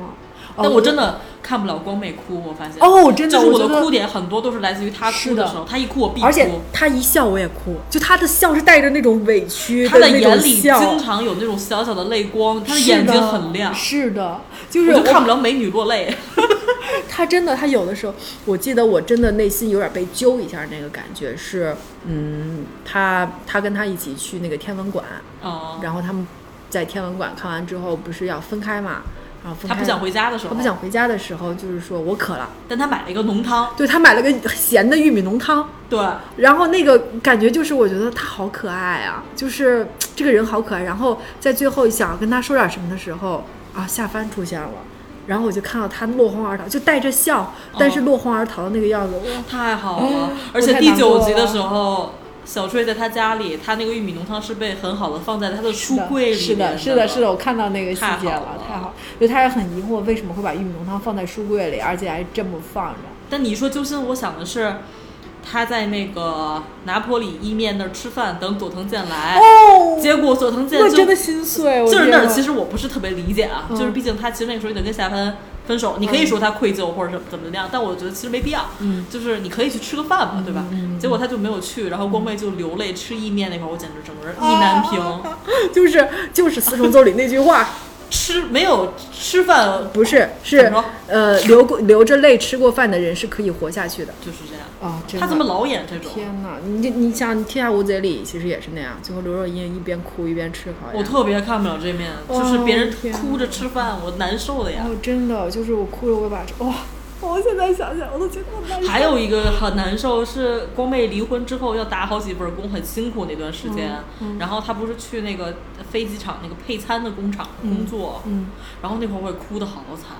C: 哦
B: 但我真的看不了光妹哭，我发现。
C: 哦，真的，
B: 就是我
C: 觉
B: 的
C: 得
B: 哭点很多都是来自于她
C: 是
B: 哭的
C: 的
B: 时候，她一哭我必哭。
C: 而且他一笑我也哭，就他的笑是带着那种委屈
B: 她的
C: 那
B: 眼
C: 种
B: 里
C: 笑，
B: 经常有那种小小的泪光，她的
C: 是
B: 眼睛
C: 的
B: 很亮，
C: 是的，就是
B: 我
C: 我
B: 就看不了美女落 泪。
C: 他真的，他有的时候，我记得我真的内心有点被揪一下，那个感觉是，嗯，他他跟他一起去那个天文馆，
B: 嗯，
C: 然后他们在天文馆看完之后不是要分开嘛，然后分
B: 她
C: 开，
B: 不想，回家的时候，
C: 他不，想回家的时候，就是说我渴了，
B: 但她买了一个浓汤。
C: 对他买了个咸的玉米浓汤，
B: 对，
C: 然后那个感觉就是，我觉得他好可爱啊，就是这个人好可爱。然后在最后想要跟他说点什么的时候，啊，夏帆出现了，然后我就看到他落荒而逃，就带着笑，
B: 哦
C: 但是落荒而逃的那个样子，哇
B: 太好了
C: 嗯！我
B: 而且
C: 太
B: 第
C: 难
B: 九
C: 过
B: 集的
C: 了
B: 时候，小吹在她家里，她那个玉米浓汤是被很好的放在她的书柜里
C: 是的，
B: 面
C: 是的，是的，我看到那个细节
B: 太好
C: 了
B: 了，
C: 太好了。就他也很疑惑，为什么会把玉米浓汤放在书柜里，而且还这么放着？
B: 但你说揪心，我想的是，他在那个拿坡里意面那儿吃饭，等佐藤健来，
C: 哦
B: 结果佐藤健
C: 我
B: 就
C: 真的心碎，我
B: 就是那儿。
C: 天呐
B: 其实我不是特别理解啊，
C: 嗯
B: 就是毕竟他其实那个时候已经跟夏帆分手，你可以说他愧疚或者怎么怎么样，但我觉得其实没必要，
C: 嗯，
B: 就是你可以去吃个饭嘛，对吧？结果他就没有去，然后光妹就流泪吃意面那块儿，我简直整个人意难平，
C: 就是就是四重奏里那句话，
B: 吃没有吃饭
C: 不是
B: 怎
C: 是
B: 么着
C: 呃流过流着泪吃过饭的人是可以活下去的
B: 就是这样，
C: 啊！真
B: 他
C: 的
B: 怎么老演这种？
C: 天哪？你这你想，《天下无贼》里其实也是那样，最后刘若英一边哭一边吃烤
B: 我
C: 鸭。
B: 特别看不了这面，
C: 哦
B: 就是别人
C: 天
B: 哭着吃饭，我难受的呀。
C: 哦，真的，就是我哭着我把这哇，我现在想想我都觉得难受。
B: 还有一个很难受是光妹离婚之后要打好几份工，很辛苦那段时间。
C: 嗯
B: 然后她不是去那个飞机场那个配餐的工厂工作，
C: 嗯，
B: 然后那会儿我也哭的好惨，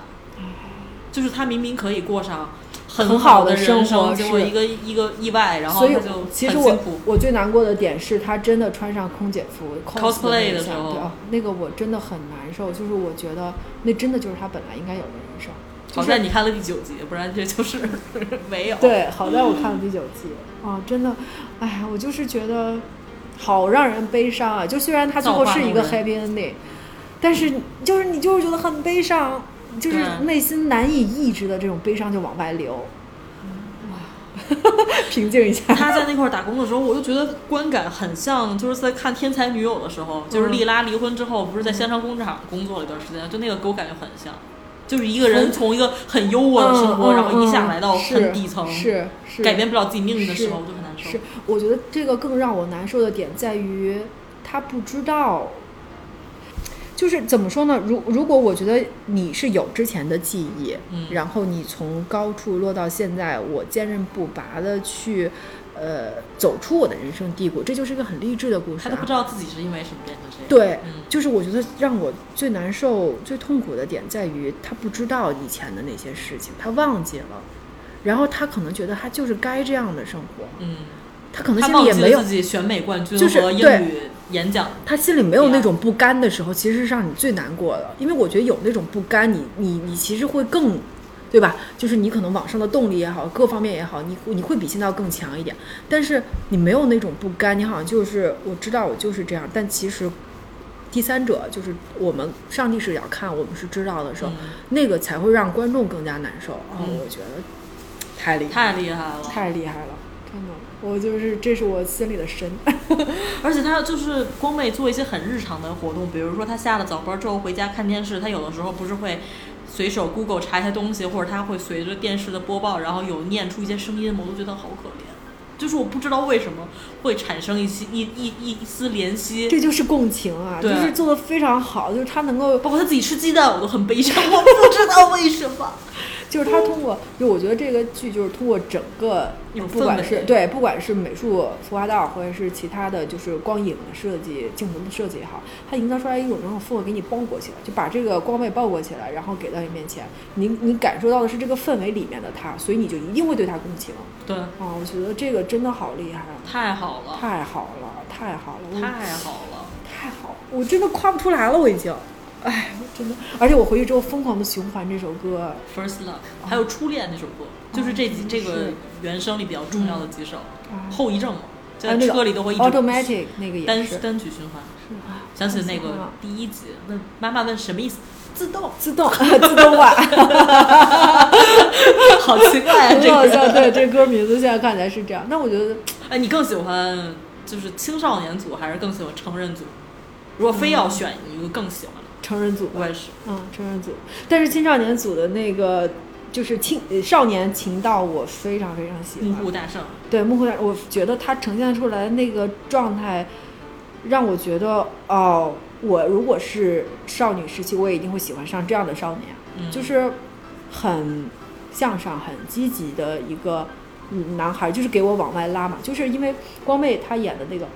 B: 就是她明明可以过上很
C: 很好
B: 的
C: 的生
B: 人
C: 活
B: 结果
C: 是
B: 一个一个意外，然后
C: 所以
B: 她就
C: 其实
B: 很辛
C: 我
B: 苦。
C: 我最难过的点是她真的穿上空姐服
B: Cosplay
C: 那一
B: 的时
C: 下
B: 候
C: 对啊，那个我真的很难受，就是我觉得那真的就是她本来应该有的人生。就
B: 好
C: 是
B: 在你看了第九集，不然这就是 没有。
C: 对，好在我看了第九季啊，真的，哎呀，我就是觉得好让人悲伤啊！就虽然它最
B: 造
C: 后
B: 化
C: 是一
B: 弄
C: 个
B: 人
C: happy ending，但是就是你就是觉得很悲伤，就是
B: 对
C: 内心难以抑制的这种悲伤就往外流。
B: 嗯
C: 哇， 平静一下。
B: 他在那块儿打工的时候，我就觉得观感很像，就是在看《天才女友》的时
C: 嗯
B: 候，就是莉拉离婚之后，不是在香商工厂工作了一段时间，就那个给我感觉很像，就是一个人从一个很优渥的生活，
C: 嗯嗯
B: 然后一下
C: 嗯
B: 来到
C: 是
B: 很底层，
C: 是是
B: 改变不了自己命运的时
C: 是
B: 候，我就很难受
C: 是。，我觉得这个更让我难受的点在于，他不知道，就是怎么说呢？如如果我觉得你是有之前的记忆，
B: 嗯
C: 然后你从高处落到现在，我坚韧不拔的去，呃，走出我的人生低谷，这就是一个很励志的故事、
B: 他
C: 啊。
B: 都不知道自己是因为什么变成这样。
C: 对，
B: 嗯
C: 就是我觉得让我最难受、最痛苦的点在于，他不知道以前的那些事情，他忘记了，然后他可能觉得他就是该这样的生活，
B: 嗯，
C: 他可能
B: 他
C: 心里
B: 忘
C: 也
B: 记
C: 没
B: 了
C: 有
B: 自，己选美冠军
C: 就是
B: 和英
C: 对
B: 语演讲，
C: 他心里没有那种不甘的时候，其实是让你最难过的，因为我觉得有那种不甘，你你你其实会更，对吧？就是你可能往上的动力也好，各方面也好，你你会比现在要更强一点，但是你没有那种不甘，你好像就是我知道我就是这样，但其实。第三者就是我们上帝视角看，我们是知道的时候，
B: 嗯
C: 那个才会让观众更加难受啊、
B: 嗯
C: 我觉得太厉害了，
B: 太厉害了，
C: 太厉害了，真的，我就是这是我心里的神。
B: 而且他就是光妹做一些很日常的活动，比如说他下了早班之后回家看电视，他有的时候不是会随手 Google 查一些东西，或者他会随着电视的播报，然后有念出一些声音，我都觉得好可怜。就是我不知道为什么会产生一些一一一一丝怜惜，
C: 这就是共情啊，就
B: 对
C: 是做的非常好，就是他能够，
B: 包括他自己吃鸡蛋，我都很悲伤，我不知道为什么。
C: 就是他通过，就我觉得这个剧就是通过整个
B: 一种，
C: 不
B: 氛
C: 管
B: 围
C: 是对，不管是美术服化道，或者是其他的就是光影的设计、镜头的设计也好，它营造出来一种那种氛围，给你包裹起来，就把这个光被包裹起来，然后给到你面前，你你感受到的是这个氛围里面的他，所以你就一定会对他共情
B: 对，
C: 啊！我觉得这个真的好厉害，啊
B: 太好了，
C: 太好了，太好了，我
B: 太好了。
C: 太好，我真的夸不出来了，我已经，哎，我真的，而且我回去之后疯狂的循环这首歌，
B: First Love，还有初恋那首歌，就是这几这个
C: 是
B: 原声里比较重要的几首，
C: 啊
B: 后遗症嘛。在车里都会一直
C: automatic 那个也
B: 单
C: 是
B: 单曲循环。想起那个第一集，问妈妈问什么意思？自 动，
C: 自动自动 化，
B: 好奇怪啊！
C: 很
B: 这
C: 好笑。
B: 个，
C: 对，这歌名字现在看起来是这样，那我觉得
B: 哎，你更喜欢就是青少年组，还是更喜欢成人组？如果非要选一个更喜欢的，
C: 成人组吧
B: 我也是。
C: 嗯，成人组，但是青少年组的那个就是青呃少年情道，我非常非常喜
B: 幕
C: 欢。
B: 后大圣，
C: 对幕后大，我觉得他呈现出来的那个状态，让我觉得哦，我如果是少女时期，我也一定会喜欢上这样的少年，
B: 嗯
C: 就是很向上、很积极的一个嗯男孩，就是给我往外拉嘛。就是因为光妹她演的那个，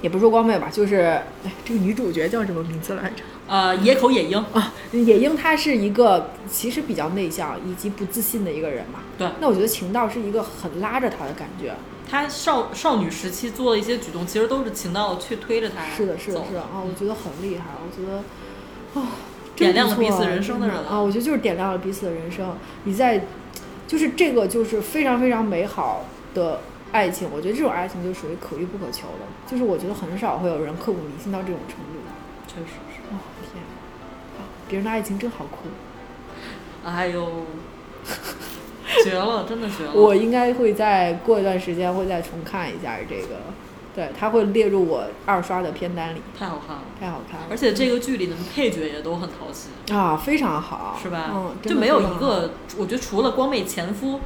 C: 也不是说光妹吧，就是哎，这个女主角叫什么名字来着？
B: 呃，野口野樱，
C: 啊，野樱她是一个其实比较内向以及不自信的一个人嘛。
B: 对
C: 那我觉得情道是一个很拉着她的感觉。
B: 她少少女时期做的一些举动，其实都是情道去推着她
C: 是的，是的
B: 走，嗯
C: 是的啊，我觉得很厉害，我觉得啊，真
B: 点亮
C: 不
B: 了彼
C: 错
B: 此
C: 啊
B: 人生
C: 真
B: 的人了
C: 啊，我觉得就是点亮了彼此的人生。你在，就是这个就是非常非常美好的爱情，我觉得这种爱情就属于可遇不可求的，就是我觉得很少会有人刻骨铭心到这种程度。
B: 确实是。
C: 哦天啊，别人的爱情真好哭。
B: 哎呦，绝了，真的绝了！
C: 我应该会在过一段时间会再重看一下这个，对，它会列入我二刷的片单里，
B: 太好看了，
C: 太好看了，
B: 而且这个剧里的配角也都很讨喜，
C: 啊非常好，
B: 是吧？
C: 嗯，真
B: 就
C: 的
B: 没有
C: 非常
B: 一个，我觉得除了光妹前夫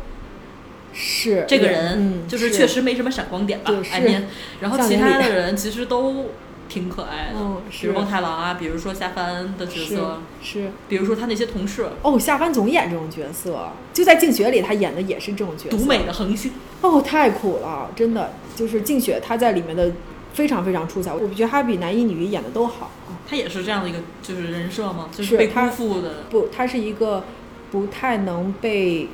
C: 是
B: 这个人，
C: 嗯，
B: 就是确，实没什么闪光点吧
C: 对，是
B: 哎面，然后
C: 像
B: 其
C: 林
B: 他
C: 里
B: 的人其实都挺可爱的，
C: 嗯
B: 比
C: 是
B: 如光太郎啊，比如说夏帆的角
C: 是
B: 色，
C: 是
B: 比如说他那些同事，
C: 哦，夏帆总演这种角色，就在《竞雪》里他演的也是这种角色，
B: 独美的恒星，
C: 哦，太苦了，真的就是《竞雪》他在里面的非常非常出彩，我觉得他比男一女一演的都好，啊
B: 他也是这样的一个就是人设嘛，就是
C: 是
B: 被辜
C: 他
B: 负的，
C: 不，他是一个不太能被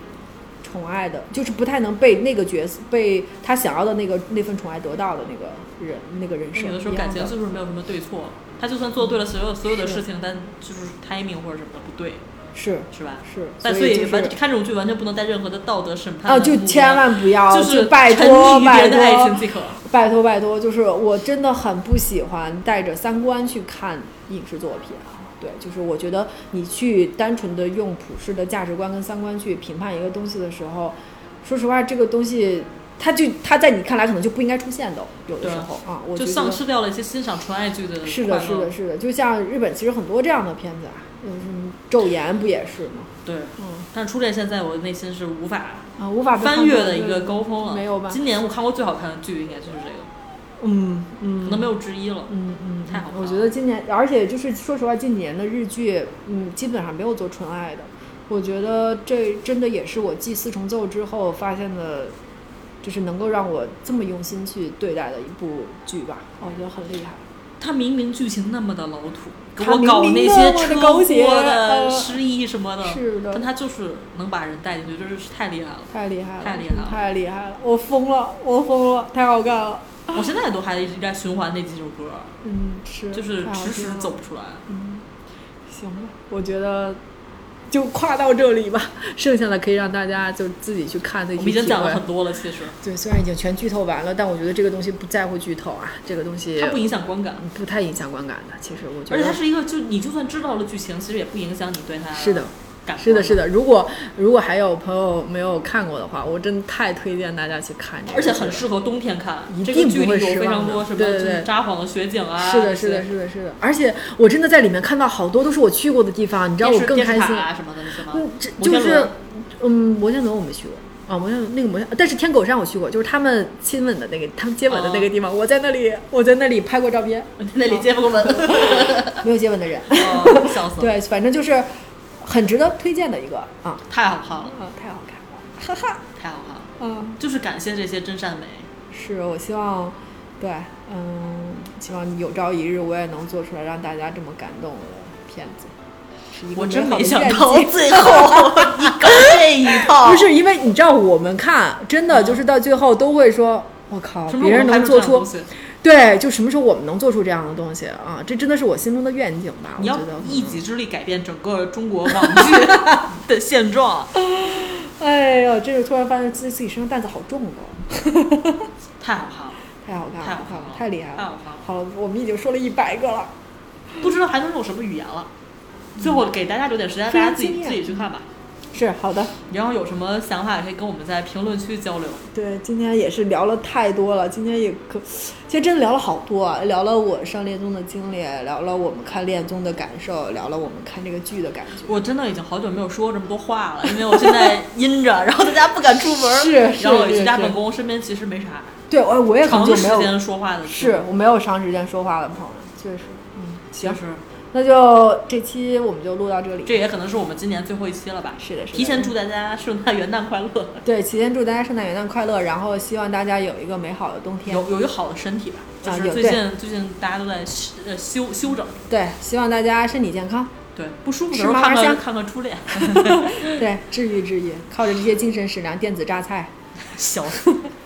C: 宠爱的，就是不太能被那个角色被他想要的那个那份宠爱得到的那个人那个人设。
B: 有的时候
C: 一样
B: 感情就是没有什么对错，他就算做对了所有所有的事情，但就是 timing 或者什么的不对，
C: 是
B: 是吧？
C: 是，
B: 但
C: 所
B: 所
C: 就
B: 完
C: 是
B: 看这种剧完全不能带任何的道德审判
C: 啊，
B: 的
C: 就
B: 目光
C: 千万不要，
B: 就是
C: 拜
B: 沉
C: 托
B: 溺于别
C: 拜
B: 人的爱情
C: 托
B: 即可。
C: 拜托拜托，就是我真的很不喜欢带着三观去看影视作品。啊对，就是我觉得你去单纯的用普世的价值观跟三观去评判一个东西的时候，说实话，这个东西它就它在你看来可能就不应该出现的，有的
B: 对
C: 时候啊，我
B: 就
C: 觉
B: 丧
C: 得
B: 失掉了一些欣赏纯爱剧的
C: 是
B: 快
C: 的，
B: 乐
C: 是的，，是的，就像日本其实很多这样的片子啊，嗯，《昼颜》不也是吗？
B: 对。
C: 嗯
B: 但是初恋现在我内心是无法
C: 啊，无法被
B: 翻
C: 判
B: 越
C: 断
B: 的一
C: 对
B: 个高峰了。
C: 没有吧？
B: 今年我看过最好看的剧应该就是这个，
C: 嗯
B: 可
C: 嗯，
B: 能没有之一了。
C: 嗯嗯，
B: 太好看
C: 我觉
B: 了
C: 得今年，而且就是说实话，近年的日剧，嗯，基本上没有做纯爱的。我觉得这真的也是我继《四重奏》之后发现的，就是能够让我这么用心去对待的一部剧吧。我觉得很厉害。
B: 他明明剧情那么的老土，给
C: 他
B: 我
C: 明
B: 搞
C: 明
B: 那
C: 那么
B: 些
C: 的
B: 车
C: 狗
B: 祸
C: 血
B: 的、
C: 呃
B: 失忆什么的，
C: 是的
B: 但他就是能把人带进去，真是太厉害了。
C: 太厉害了，
B: 太厉
C: 真
B: 害
C: 的
B: 了
C: 太厉害了！我疯了，我疯了，太好看了。
B: 我现在都还一直在循环那几首歌，
C: 嗯，是，
B: 就是
C: 太好
B: 迟迟
C: 听了
B: 走不出来。
C: 嗯，行吧，我觉得就跨到这里吧，剩下的可以让大家就自己去看的。
B: 我们已经讲了很多了，其实
C: 对，虽然已经全剧透完了，但我觉得这个东西不在乎剧透啊，这个东西
B: 它不影响观感，
C: 不太影响观感的。其实我觉
B: 而且它
C: 得
B: 是一个就你就算知道了剧情，其实也不影响你对它
C: 是的，
B: 感
C: 是的，是
B: 的，
C: 的。如果如果还有朋友没有看过的话，我真的太推荐大家去看这个，
B: 而且很适合冬天看。
C: 一
B: 这
C: 定
B: 个剧
C: 不
B: 里
C: 会
B: 有非常多什
C: 失望的
B: 么
C: 对
B: 就
C: 对
B: 是
C: 对
B: 札幌的雪景啊，
C: 是的，是的，
B: 这些
C: 是的，是的。而且我真的在里面看到好多都是我去过的地方，你知道我
B: 电视
C: 更
B: 电视
C: 开
B: 塔
C: 心。
B: 啊什么的，是吗？
C: 嗯，这
B: 摩
C: 就
B: 天
C: 是
B: 轮，
C: 嗯，摩天轮我没去过。啊，摩天轮那个摩天，但是天狗山我去过，就是他们亲吻的那个，他们接吻
B: 啊
C: 的那个地方，我在那里，我在那里拍过照 片，
B: 那里接不过吻，
C: 没有接吻的人，
B: 哦笑死 了，
C: 对，反正就是很值得推荐的一个啊
B: 嗯太好看了，
C: 啊，太好看了，哈哈，
B: 太好看了，
C: 嗯，
B: 就是感谢这些真善美。
C: 是我希望，对，嗯，希望有朝一日我也能做出来让大家这么感动的片子，是一个
B: 我真
C: 美好
B: 没
C: 的
B: 想
C: 愿
B: 到
C: 景
B: 最后 你搞这一套，
C: 不是因为你知道我们看真的就是到最后都会说。我靠！
B: 嗯什么
C: 别人能做出
B: 东西，
C: 对，就什么时候我们能做出这样的东西啊？这真的是我心中的愿景吧？我
B: 你
C: 觉
B: 要
C: 得
B: 一己之力改变整个中国网剧的现状。
C: 嗯哎呦，这个突然发现自己自己身上担子好重哦，
B: 太好看了，
C: 太太好看了，
B: 太好
C: 好
B: 看了
C: 太厉害
B: 太
C: 了。
B: 好看了，
C: 好了，我们已经说了一百个了。
B: 不知道还能用什么语言了。最后给大家留点时间，
C: 非
B: 大
C: 常
B: 家自己
C: 惊艳
B: 自己去看吧。
C: 是好的，
B: 然后有什么想法也可以跟我们在评论区交流。
C: 对，今天也是聊了太多了，今天也可，其实真的聊了好多啊，聊了我上恋综的经历，聊了我们看恋综的感受，聊了我们看这个剧的感觉。
B: 我真的已经好久没有说这么多话了，因为我现在阴着， 然后在家不敢出门，
C: 是是
B: 然后居
C: 是
B: 家
C: 是
B: 办公，身边其实没啥
C: 对，我我也很
B: 长
C: 久
B: 时
C: 没有，
B: 间说话的，
C: 是我没有长时间说话了，朋友，确实，嗯，
B: 就
C: 行，
B: 是
C: 那就这期我们就录到这里。
B: 这也可能是我们今年最后一期了吧。
C: 是的，是的。
B: 提前祝大家圣诞元旦快乐，
C: 对，提前祝大家圣诞元旦快乐，然后希望大家有一个美好的冬天。
B: 有有一个好的身体吧。
C: 嗯
B: 就
C: 啊
B: 是
C: 有
B: 最近最近大家都在休呃休休整，
C: 对，希望大家身体健康。
B: 对不舒服的
C: 吃
B: 时候
C: 麻
B: 看
C: 辣
B: 看
C: 香
B: 看 看初恋，
C: 对，治愈治愈，靠着这些精神食粮、电子榨菜。
B: 行。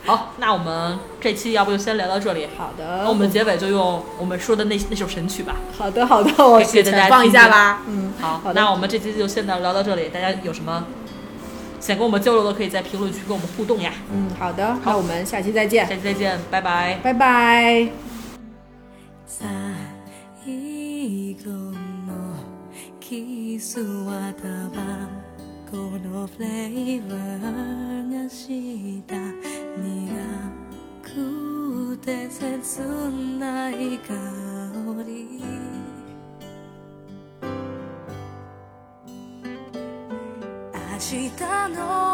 B: 好，那我们这期要不就先聊到这里。
C: 好
B: 那
C: 的，
B: 我们结尾就用我们说的那那首神曲吧。
C: 好的好的，我
B: 谢谢大家
C: 全哦放一
B: 听
C: 下
B: 听
C: 吧。嗯，
B: 好，
C: 好的
B: 那我们这期就先到聊到这里，大家有什么想跟我们交流的，可以在评论区跟我们互动呀。
C: 嗯，好的，那我们下期再见，
B: 下期再见，拜拜。
C: 拜拜。
D: 最後のキスはタバコのフレーバーがした苦くて切ない香り明日の